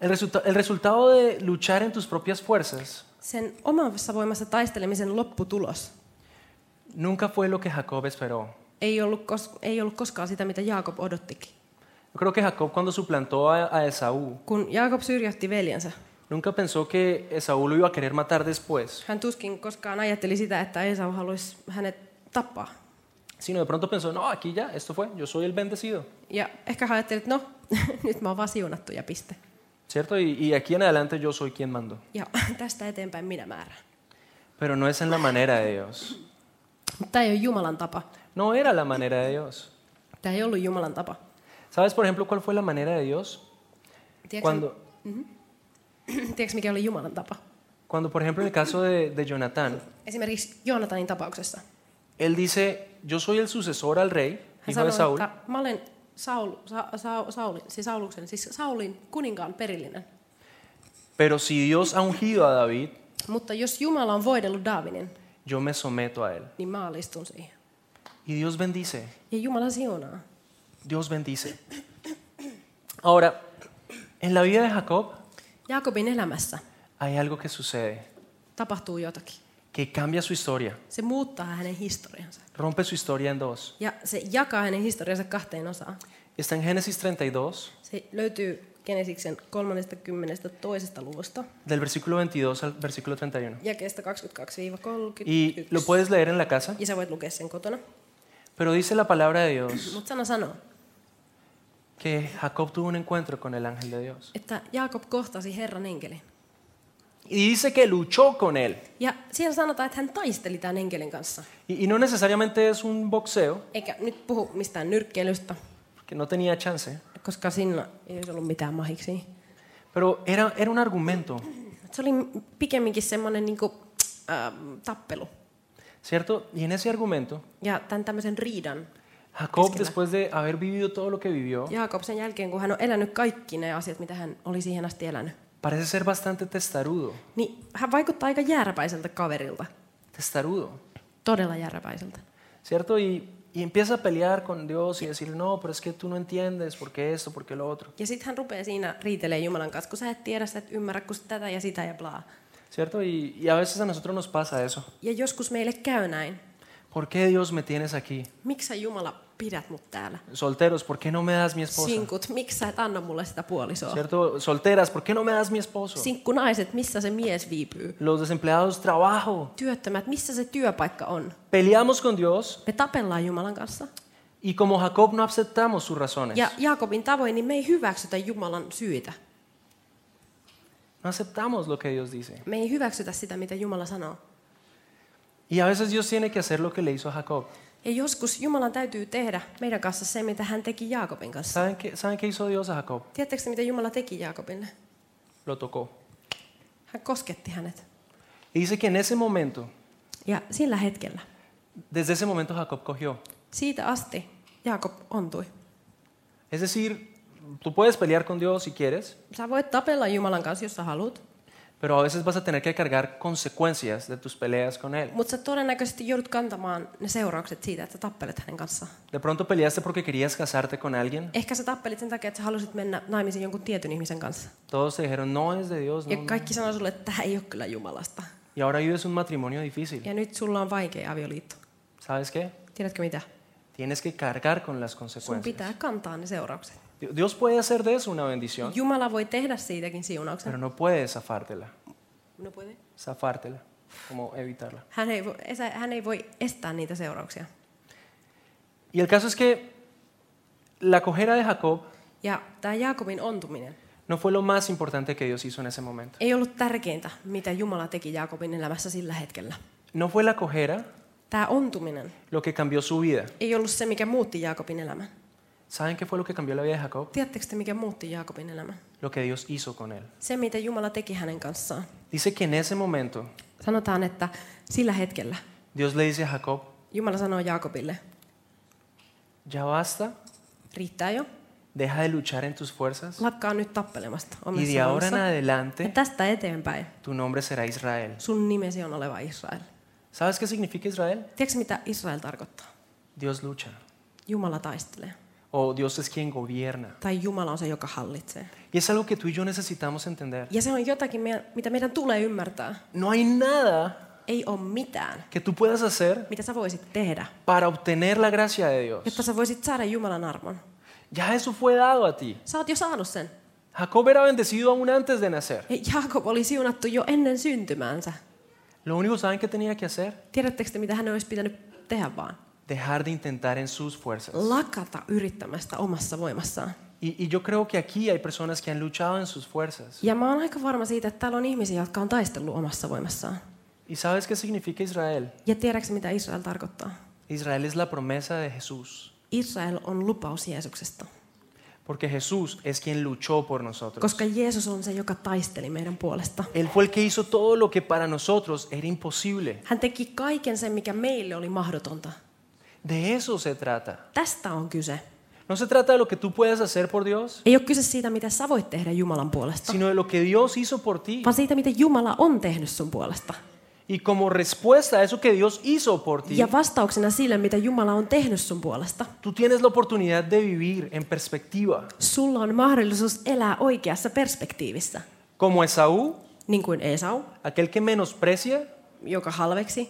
Speaker 1: El, resulta- el resultado de luchar en tus propias fuerzas
Speaker 2: Sen omassa voimassa taistelemisen lopputulos
Speaker 1: nunca fue lo que Jacob esperó.
Speaker 2: ei ollut, kos- ei ollut koskaan sitä, mitä Jaakob odottikin.
Speaker 1: Yo creo que Jacob cuando suplantó a, a Esaú,
Speaker 2: Kun Jaakob syrjähti veljensä,
Speaker 1: nunca pensó que Esaú lo iba a querer matar después,
Speaker 2: hän tuskin koskaan ajatteli sitä, että Esau haluaisi hänet tappaa.
Speaker 1: sino de pronto pensó, no, aquí ya, esto fue, yo soy el bendecido,
Speaker 2: Ja ehkä hän ajatteli, että no, nyt mä oon vaan siunattu ja piste.
Speaker 1: ¿cierto? Y, y aquí en adelante yo soy quien mando.
Speaker 2: Ja tästä eteenpäin minä määrään.
Speaker 1: Pero no es en la manera de Dios.
Speaker 2: Mutta tämä ei ole Jumalan tapa.
Speaker 1: No era la manera de Dios.
Speaker 2: Tämä ei ollut Jumalan tapa.
Speaker 1: ¿Sabes, por ejemplo, cuál fue la manera de Dios?
Speaker 2: Tiedätkö,
Speaker 1: Cuando,
Speaker 2: tiedätkö mikä oli Jumalan tapa?
Speaker 1: Cuando, por ejemplo, en el caso de, de Jonatán,
Speaker 2: Esimerkiksi Joonatanin tapauksessa.
Speaker 1: Él dice, yo soy el sucesor al rey,
Speaker 2: Hän
Speaker 1: hijo de
Speaker 2: sanoi,
Speaker 1: Saúl.
Speaker 2: että mä olen Saul, Sa, Sa, Saulin, siis Sauluksen, siis Saulin kuninkaan perillinen.
Speaker 1: Pero si Dios ha ungido a David,
Speaker 2: Mutta jos Jumala on voidellut Daavinin,
Speaker 1: yo me someto a él.
Speaker 2: niin mä alistun siihen.
Speaker 1: Y Dios bendice,
Speaker 2: Ja Jumala siunaa.
Speaker 1: Dios bendice. Ahora, en la vida de Jacob
Speaker 2: Jaakobin elämässä
Speaker 1: hay algo que sucede,
Speaker 2: tapahtuu jotakin.
Speaker 1: que cambia su historia,
Speaker 2: Se muuttaa hänen historiansa.
Speaker 1: rompe su historia en dos.
Speaker 2: Ja se jakaa hänen historiansa kahteen osaan.
Speaker 1: Está en Génesis 32,
Speaker 2: Se löytyy Genesiksen 32. luvusta,
Speaker 1: del versículo 22 al versículo 31.
Speaker 2: jakeesta 22-31.
Speaker 1: Y lo puedes leer en la casa,
Speaker 2: Ja sä voit lukea sen kotona.
Speaker 1: pero dice la palabra de Dios
Speaker 2: Mutta sana sanoo,
Speaker 1: que Jacob tuvo un encuentro con el ángel de Dios.
Speaker 2: että Jaakob kohtasi Herran enkelin.
Speaker 1: Y dice que luchó con él.
Speaker 2: Ja siellä sanotaan, että hän taisteli tämän enkelin kanssa.
Speaker 1: Y, y no necesariamente es un boxeo,
Speaker 2: Eikä nyt puhu mistään nyrkkeilystä,
Speaker 1: que no tenía chance,
Speaker 2: koska siinä ei olisi ollut mitään mahiksi.
Speaker 1: pero era, era un argumento,
Speaker 2: Se oli pikemminkin semmoinen niin kuin, ähm, tappelu.
Speaker 1: ¿cierto? Y en ese argumento,
Speaker 2: Ja tämän tämmöisen riidan.
Speaker 1: Jacob,
Speaker 2: Keskellä.
Speaker 1: después de haber vivido todo lo que vivió,
Speaker 2: Jaakob sen jälkeen, kun hän on elänyt kaikki ne asiat, mitä hän oli siihen asti elänyt,
Speaker 1: parece ser bastante testarudo,
Speaker 2: niin hän vaikuttaa aika jääräpäiseltä kaverilta.
Speaker 1: testarudo,
Speaker 2: Todella jääräpäiseltä.
Speaker 1: ¿cierto? Y, y empieza a pelear con Dios y decirle, no, pero es que tú no entiendes, por qué esto, por qué lo otro,
Speaker 2: Ja sitten hän rupeaa siinä riitelee Jumalan kanssa, kun sä et tiedä, sä et ymmärrä, kun sä tätä ja sitä ja blaa.
Speaker 1: ¿cierto? Y, y a veces a nosotros nos pasa eso.
Speaker 2: Ja joskus meille käy näin.
Speaker 1: ¿Por qué Dios me tienes aquí?
Speaker 2: Miksi sä Jumala pidät mut täällä?
Speaker 1: Solteros, ¿por qué no me das mi esposa?
Speaker 2: Sinkut, miksi sä et anna mulle sitä puolisoa?
Speaker 1: ¿Cierto? Solteras, ¿por qué no me das mi esposo?
Speaker 2: Sinkkunaiset, missä se mies viipyy?
Speaker 1: Los desempleados, trabajo.
Speaker 2: Työttömät, missä se työpaikka on?
Speaker 1: Peleamos con Dios
Speaker 2: Me tapellaan Jumalan kanssa.
Speaker 1: y como Jacob no aceptamos sus razones.
Speaker 2: Ja Jaakobin tavoin, niin me ei hyväksytä Jumalan syitä.
Speaker 1: No aceptamos lo que Dios dice.
Speaker 2: Me ei hyväksytä sitä, mitä Jumala sanoo.
Speaker 1: Y a veces Dios tiene que hacer lo que le hizo a Jacob.
Speaker 2: Ja joskus Jumalan täytyy tehdä meidän kanssa se, mitä hän teki Jaakobin kanssa.
Speaker 1: ¿Saben qué, ¿Saben qué hizo Dios a Jacob?
Speaker 2: Tiedättekö te, mitä Jumala teki Jaakobille?
Speaker 1: Lo tocó.
Speaker 2: Hän kosketti hänet.
Speaker 1: Y dice que en ese momento,
Speaker 2: Ja sillä hetkellä,
Speaker 1: desde ese momento Jacob cogió.
Speaker 2: siitä asti Jaakob ontui.
Speaker 1: Es decir, tú puedes pelear con Dios si quieres,
Speaker 2: Sä voit tapella Jumalan kanssa, jos sä haluat,
Speaker 1: pero a veces vas a tener que cargar consecuencias de tus peleas con Él.
Speaker 2: mutta sä todennäköisesti joudut kantamaan ne seuraukset siitä, että sä tappelet hänen kanssaan.
Speaker 1: De pronto peleaste porque querías casarte con alguien.
Speaker 2: Ehkä sä tappelit sen takia, että sä halusit mennä naimisiin jonkun tietyn ihmisen kanssa.
Speaker 1: Todos te dijeron, no es de Dios. no,
Speaker 2: Ja
Speaker 1: no".
Speaker 2: kaikki sanoi sulle, että tämä ei ole kyllä Jumalasta.
Speaker 1: Y ahora vives un matrimonio difícil.
Speaker 2: Ja nyt sulla on vaikea avioliitto.
Speaker 1: ¿Sabes qué?
Speaker 2: Tiedätkö mitä?
Speaker 1: Tienes que cargar con las
Speaker 2: Sun
Speaker 1: consecuencias.
Speaker 2: pitää kantaa ne seuraukset.
Speaker 1: Di- Dios puede hacer de eso una bendición,
Speaker 2: Jumala voi tehdä siitäkin siunauksen.
Speaker 1: pero no puede zafártela.
Speaker 2: No puede.
Speaker 1: Zafártela, como evitarla.
Speaker 2: Hän ei, voi, esä- hän ei voi estää niitä seurauksia.
Speaker 1: Y el caso es que la cojera de Jacob
Speaker 2: Ja tämä Jaakobin ontuminen
Speaker 1: no fue lo más importante que Dios hizo en ese momento.
Speaker 2: ei ollut tärkeintä, mitä Jumala teki Jaakobin elämässä sillä hetkellä.
Speaker 1: No fue la cojera
Speaker 2: Tämä ontuminen
Speaker 1: lo que cambió su vida.
Speaker 2: ei ollut se, mikä muutti Jaakobin elämän.
Speaker 1: ¿Saben qué fue lo que cambió la vida de Jacob?
Speaker 2: Tiedättekö te, mikä muutti Jaakobin elämän?
Speaker 1: Lo que Dios hizo con él.
Speaker 2: Se, mitä Jumala teki hänen kanssaan.
Speaker 1: Dice que en ese momento
Speaker 2: Sanotaan, että sillä hetkellä
Speaker 1: Dios le dice a Jacob,
Speaker 2: Jumala sanoo Jaakobille,
Speaker 1: ya basta,
Speaker 2: riittää jo,
Speaker 1: deja de luchar en tus fuerzas
Speaker 2: lakkaa nyt tappelemasta
Speaker 1: y
Speaker 2: omissa
Speaker 1: de ahora en
Speaker 2: voimissa. Ja
Speaker 1: adelante
Speaker 2: tästä eteenpäin
Speaker 1: tu nombre será Israel.
Speaker 2: sun nimesi on oleva Israel.
Speaker 1: ¿Sabes qué significa Israel?
Speaker 2: Tiedätkö, mitä Israel tarkoittaa?
Speaker 1: Dios lucha.
Speaker 2: Jumala taistelee.
Speaker 1: O Dios es quien gobierna.
Speaker 2: Tai Jumala on se, joka hallitsee.
Speaker 1: Y es algo que tú y yo necesitamos entender.
Speaker 2: Ja se on jotakin, meidän- mitä meidän tulee ymmärtää.
Speaker 1: No hay nada
Speaker 2: Ei ole mitään,
Speaker 1: que tú puedas hacer
Speaker 2: mitä sä voisit tehdä,
Speaker 1: para obtener la gracia de
Speaker 2: jotta
Speaker 1: Dios.
Speaker 2: sä voisit saada Jumalan armon.
Speaker 1: Ya eso fue dado a ti.
Speaker 2: Sä oot jo saanut sen.
Speaker 1: Jacob era bendecido aún antes de nacer.
Speaker 2: Ja Jaakob oli siunattu jo ennen syntymäänsä.
Speaker 1: Lo único saben que tenía que hacer,
Speaker 2: Tiedättekö te, mitä hän olisi pitänyt tehdä vaan?
Speaker 1: dejar de intentar en sus fuerzas.
Speaker 2: Lakata yrittämästä omassa voimassaan.
Speaker 1: Y, y yo creo que aquí hay personas que han luchado en sus fuerzas.
Speaker 2: Ja mä oon aika varma siitä, että täällä on ihmisiä, jotka on taistellut omassa voimassaan.
Speaker 1: ¿Y sabes qué significa Israel?
Speaker 2: Ja tiedätkö, mitä Israel tarkoittaa?
Speaker 1: Israel es la promesa de Jesús.
Speaker 2: Israel on lupaus Jeesuksesta.
Speaker 1: Porque Jesús es quien luchó por nosotros.
Speaker 2: koska Jeesus on se, joka taisteli meidän puolesta.
Speaker 1: Él fue el que hizo todo lo que para nosotros era imposible.
Speaker 2: Hän teki kaiken sen, mikä meille oli mahdotonta.
Speaker 1: De eso se trata.
Speaker 2: Tästä on kyse.
Speaker 1: No se trata de lo que tú puedas hacer por Dios,
Speaker 2: Ei ole kyse siitä, mitä sä voit tehdä Jumalan puolesta,
Speaker 1: sino de lo que Dios hizo por ti.
Speaker 2: vaan siitä, mitä Jumala on tehnyt sun puolesta.
Speaker 1: Y como respuesta a eso que Dios hizo por ti,
Speaker 2: Ja vastauksena sille, mitä Jumala on tehnyt sun puolesta,
Speaker 1: tú tienes la oportunidad de vivir en perspectiva.
Speaker 2: sulla on mahdollisuus elää oikeassa perspektiivissä.
Speaker 1: Como Esaú,
Speaker 2: Niin kuin Esau,
Speaker 1: aquel que menosprecia,
Speaker 2: joka halveksi,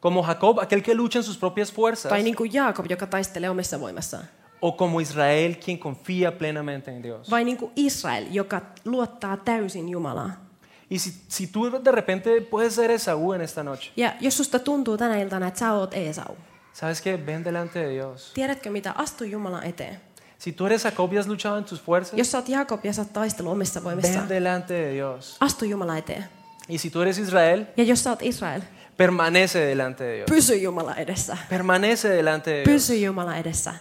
Speaker 1: como Jacob, aquel que lucha en sus propias fuerzas,
Speaker 2: tai niin kuin Jaakob, joka taistelee omissa voimassaan.
Speaker 1: o como Israel, quien confía plenamente en Dios.
Speaker 2: Vai niin kuin Israel, joka luottaa täysin Jumalaan.
Speaker 1: Y si, si tú de repente puedes ser Esaú en esta noche,
Speaker 2: Ja jos susta tuntuu tänä iltana, että sä oot Esau,
Speaker 1: ¿sabes qué? Ven delante de Dios.
Speaker 2: tiedätkö mitä, astu Jumalan eteen.
Speaker 1: Si tú eres Jacob y has luchado en tus fuerzas,
Speaker 2: Jos sä oot Jaakob ja sä oot taistellut omissa
Speaker 1: ven
Speaker 2: voimissaan,
Speaker 1: delante de Dios.
Speaker 2: astu Jumala eteen.
Speaker 1: Y si tú eres Israel,
Speaker 2: Ja jos sä oot Israel,
Speaker 1: permanece delante de Dios.
Speaker 2: pysy Jumala edessä.
Speaker 1: Permanece delante de Dios.
Speaker 2: Pysy Jumala edessä.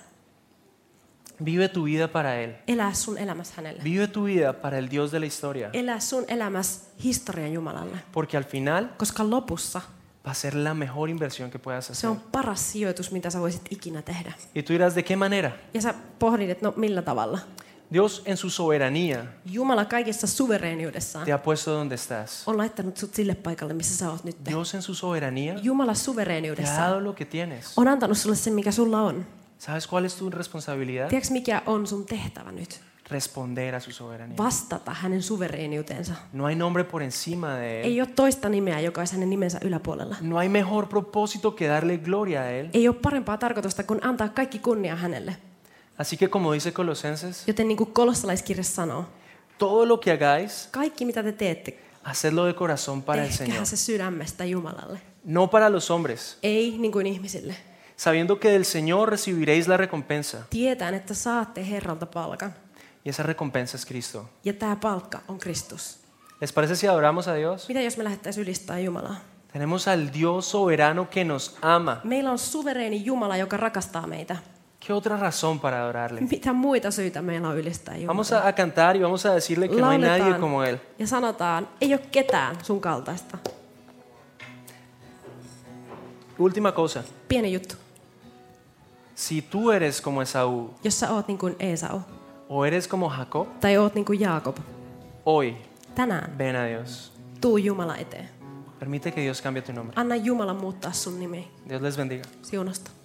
Speaker 1: Vive tu vida para Él.
Speaker 2: Elää sun elämässä hänelle.
Speaker 1: Vive tu vida para el Dios de la historia.
Speaker 2: Elää sun elämässä historian Jumalalle.
Speaker 1: Porque al final
Speaker 2: Koska lopussa
Speaker 1: va a ser la mejor inversión que puedas
Speaker 2: se
Speaker 1: hacer.
Speaker 2: on paras sijoitus, mitä sä voisit ikinä tehdä.
Speaker 1: Y tú dirás, ¿de qué manera?
Speaker 2: Ja sä pohdit, että no millä tavalla.
Speaker 1: Dios en su soberanía
Speaker 2: Jumala kaikessa suvereeniudessaan
Speaker 1: te ha puesto donde estás.
Speaker 2: on laittanut sut sille paikalle, missä sä oot nyt.
Speaker 1: Dios en su soberanía
Speaker 2: Jumala
Speaker 1: te ha
Speaker 2: suvereeniudessaan
Speaker 1: dado lo que tienes.
Speaker 2: on antanut sulle sen, mikä sulla on.
Speaker 1: ¿Sabes cuál es tu responsabilidad?
Speaker 2: Tiedätkö, mikä on sun tehtävä nyt?
Speaker 1: Responder a su soberanía.
Speaker 2: Vastata hänen suvereeniuteensa.
Speaker 1: No hay nombre por encima de Él.
Speaker 2: Ei ole toista nimeä, joka olisi hänen nimensä yläpuolella.
Speaker 1: No hay mejor propósito que darle gloria a Él.
Speaker 2: Ei ole parempaa tarkoitusta kuin antaa kaikki kunnia hänelle.
Speaker 1: Así que como dice Colosenses,
Speaker 2: Joten niin kuin kolossalaiskirja sanoo,
Speaker 1: todo lo que hagáis,
Speaker 2: kaikki mitä te teette,
Speaker 1: hacedlo de corazón para el Señor.
Speaker 2: tehkää se sydämestä Jumalalle.
Speaker 1: No para los hombres,
Speaker 2: Ei niin kuin ihmisille.
Speaker 1: sabiendo que del Señor recibiréis la recompensa.
Speaker 2: Tietään, että saatte Herralta palkan.
Speaker 1: Y esa recompensa es Cristo.
Speaker 2: Ja tämä palkka on Kristus.
Speaker 1: ¿Les parece si adoramos a Dios?
Speaker 2: Mitä jos me lähdettäisiin ylistää Jumalaa?
Speaker 1: Tenemos al Dios soberano que nos ama.
Speaker 2: Meillä on suvereeni Jumala, joka rakastaa meitä.
Speaker 1: ¿Qué otra razón para adorarle?
Speaker 2: Mitä muita syitä meillä on ylistää Jumalaa?
Speaker 1: Vamos a, a cantar y vamos a decirle que no hay nadie como Él.
Speaker 2: ja sanotaan, ei ole ketään sun kaltaista.
Speaker 1: Última cosa,
Speaker 2: Pieni juttu.
Speaker 1: si tú eres como Esaú
Speaker 2: Jos sä oot niin kuin Esau,
Speaker 1: o eres como Jacob,
Speaker 2: tai oot niin kuin Jaakob,
Speaker 1: hoy
Speaker 2: tänään
Speaker 1: ven a Dios.
Speaker 2: tuu Jumala eteen.
Speaker 1: Permite que Dios cambie tu nombre.
Speaker 2: Anna Jumala muuttaa sun nimi.
Speaker 1: Dios les bendiga.
Speaker 2: Siunasta.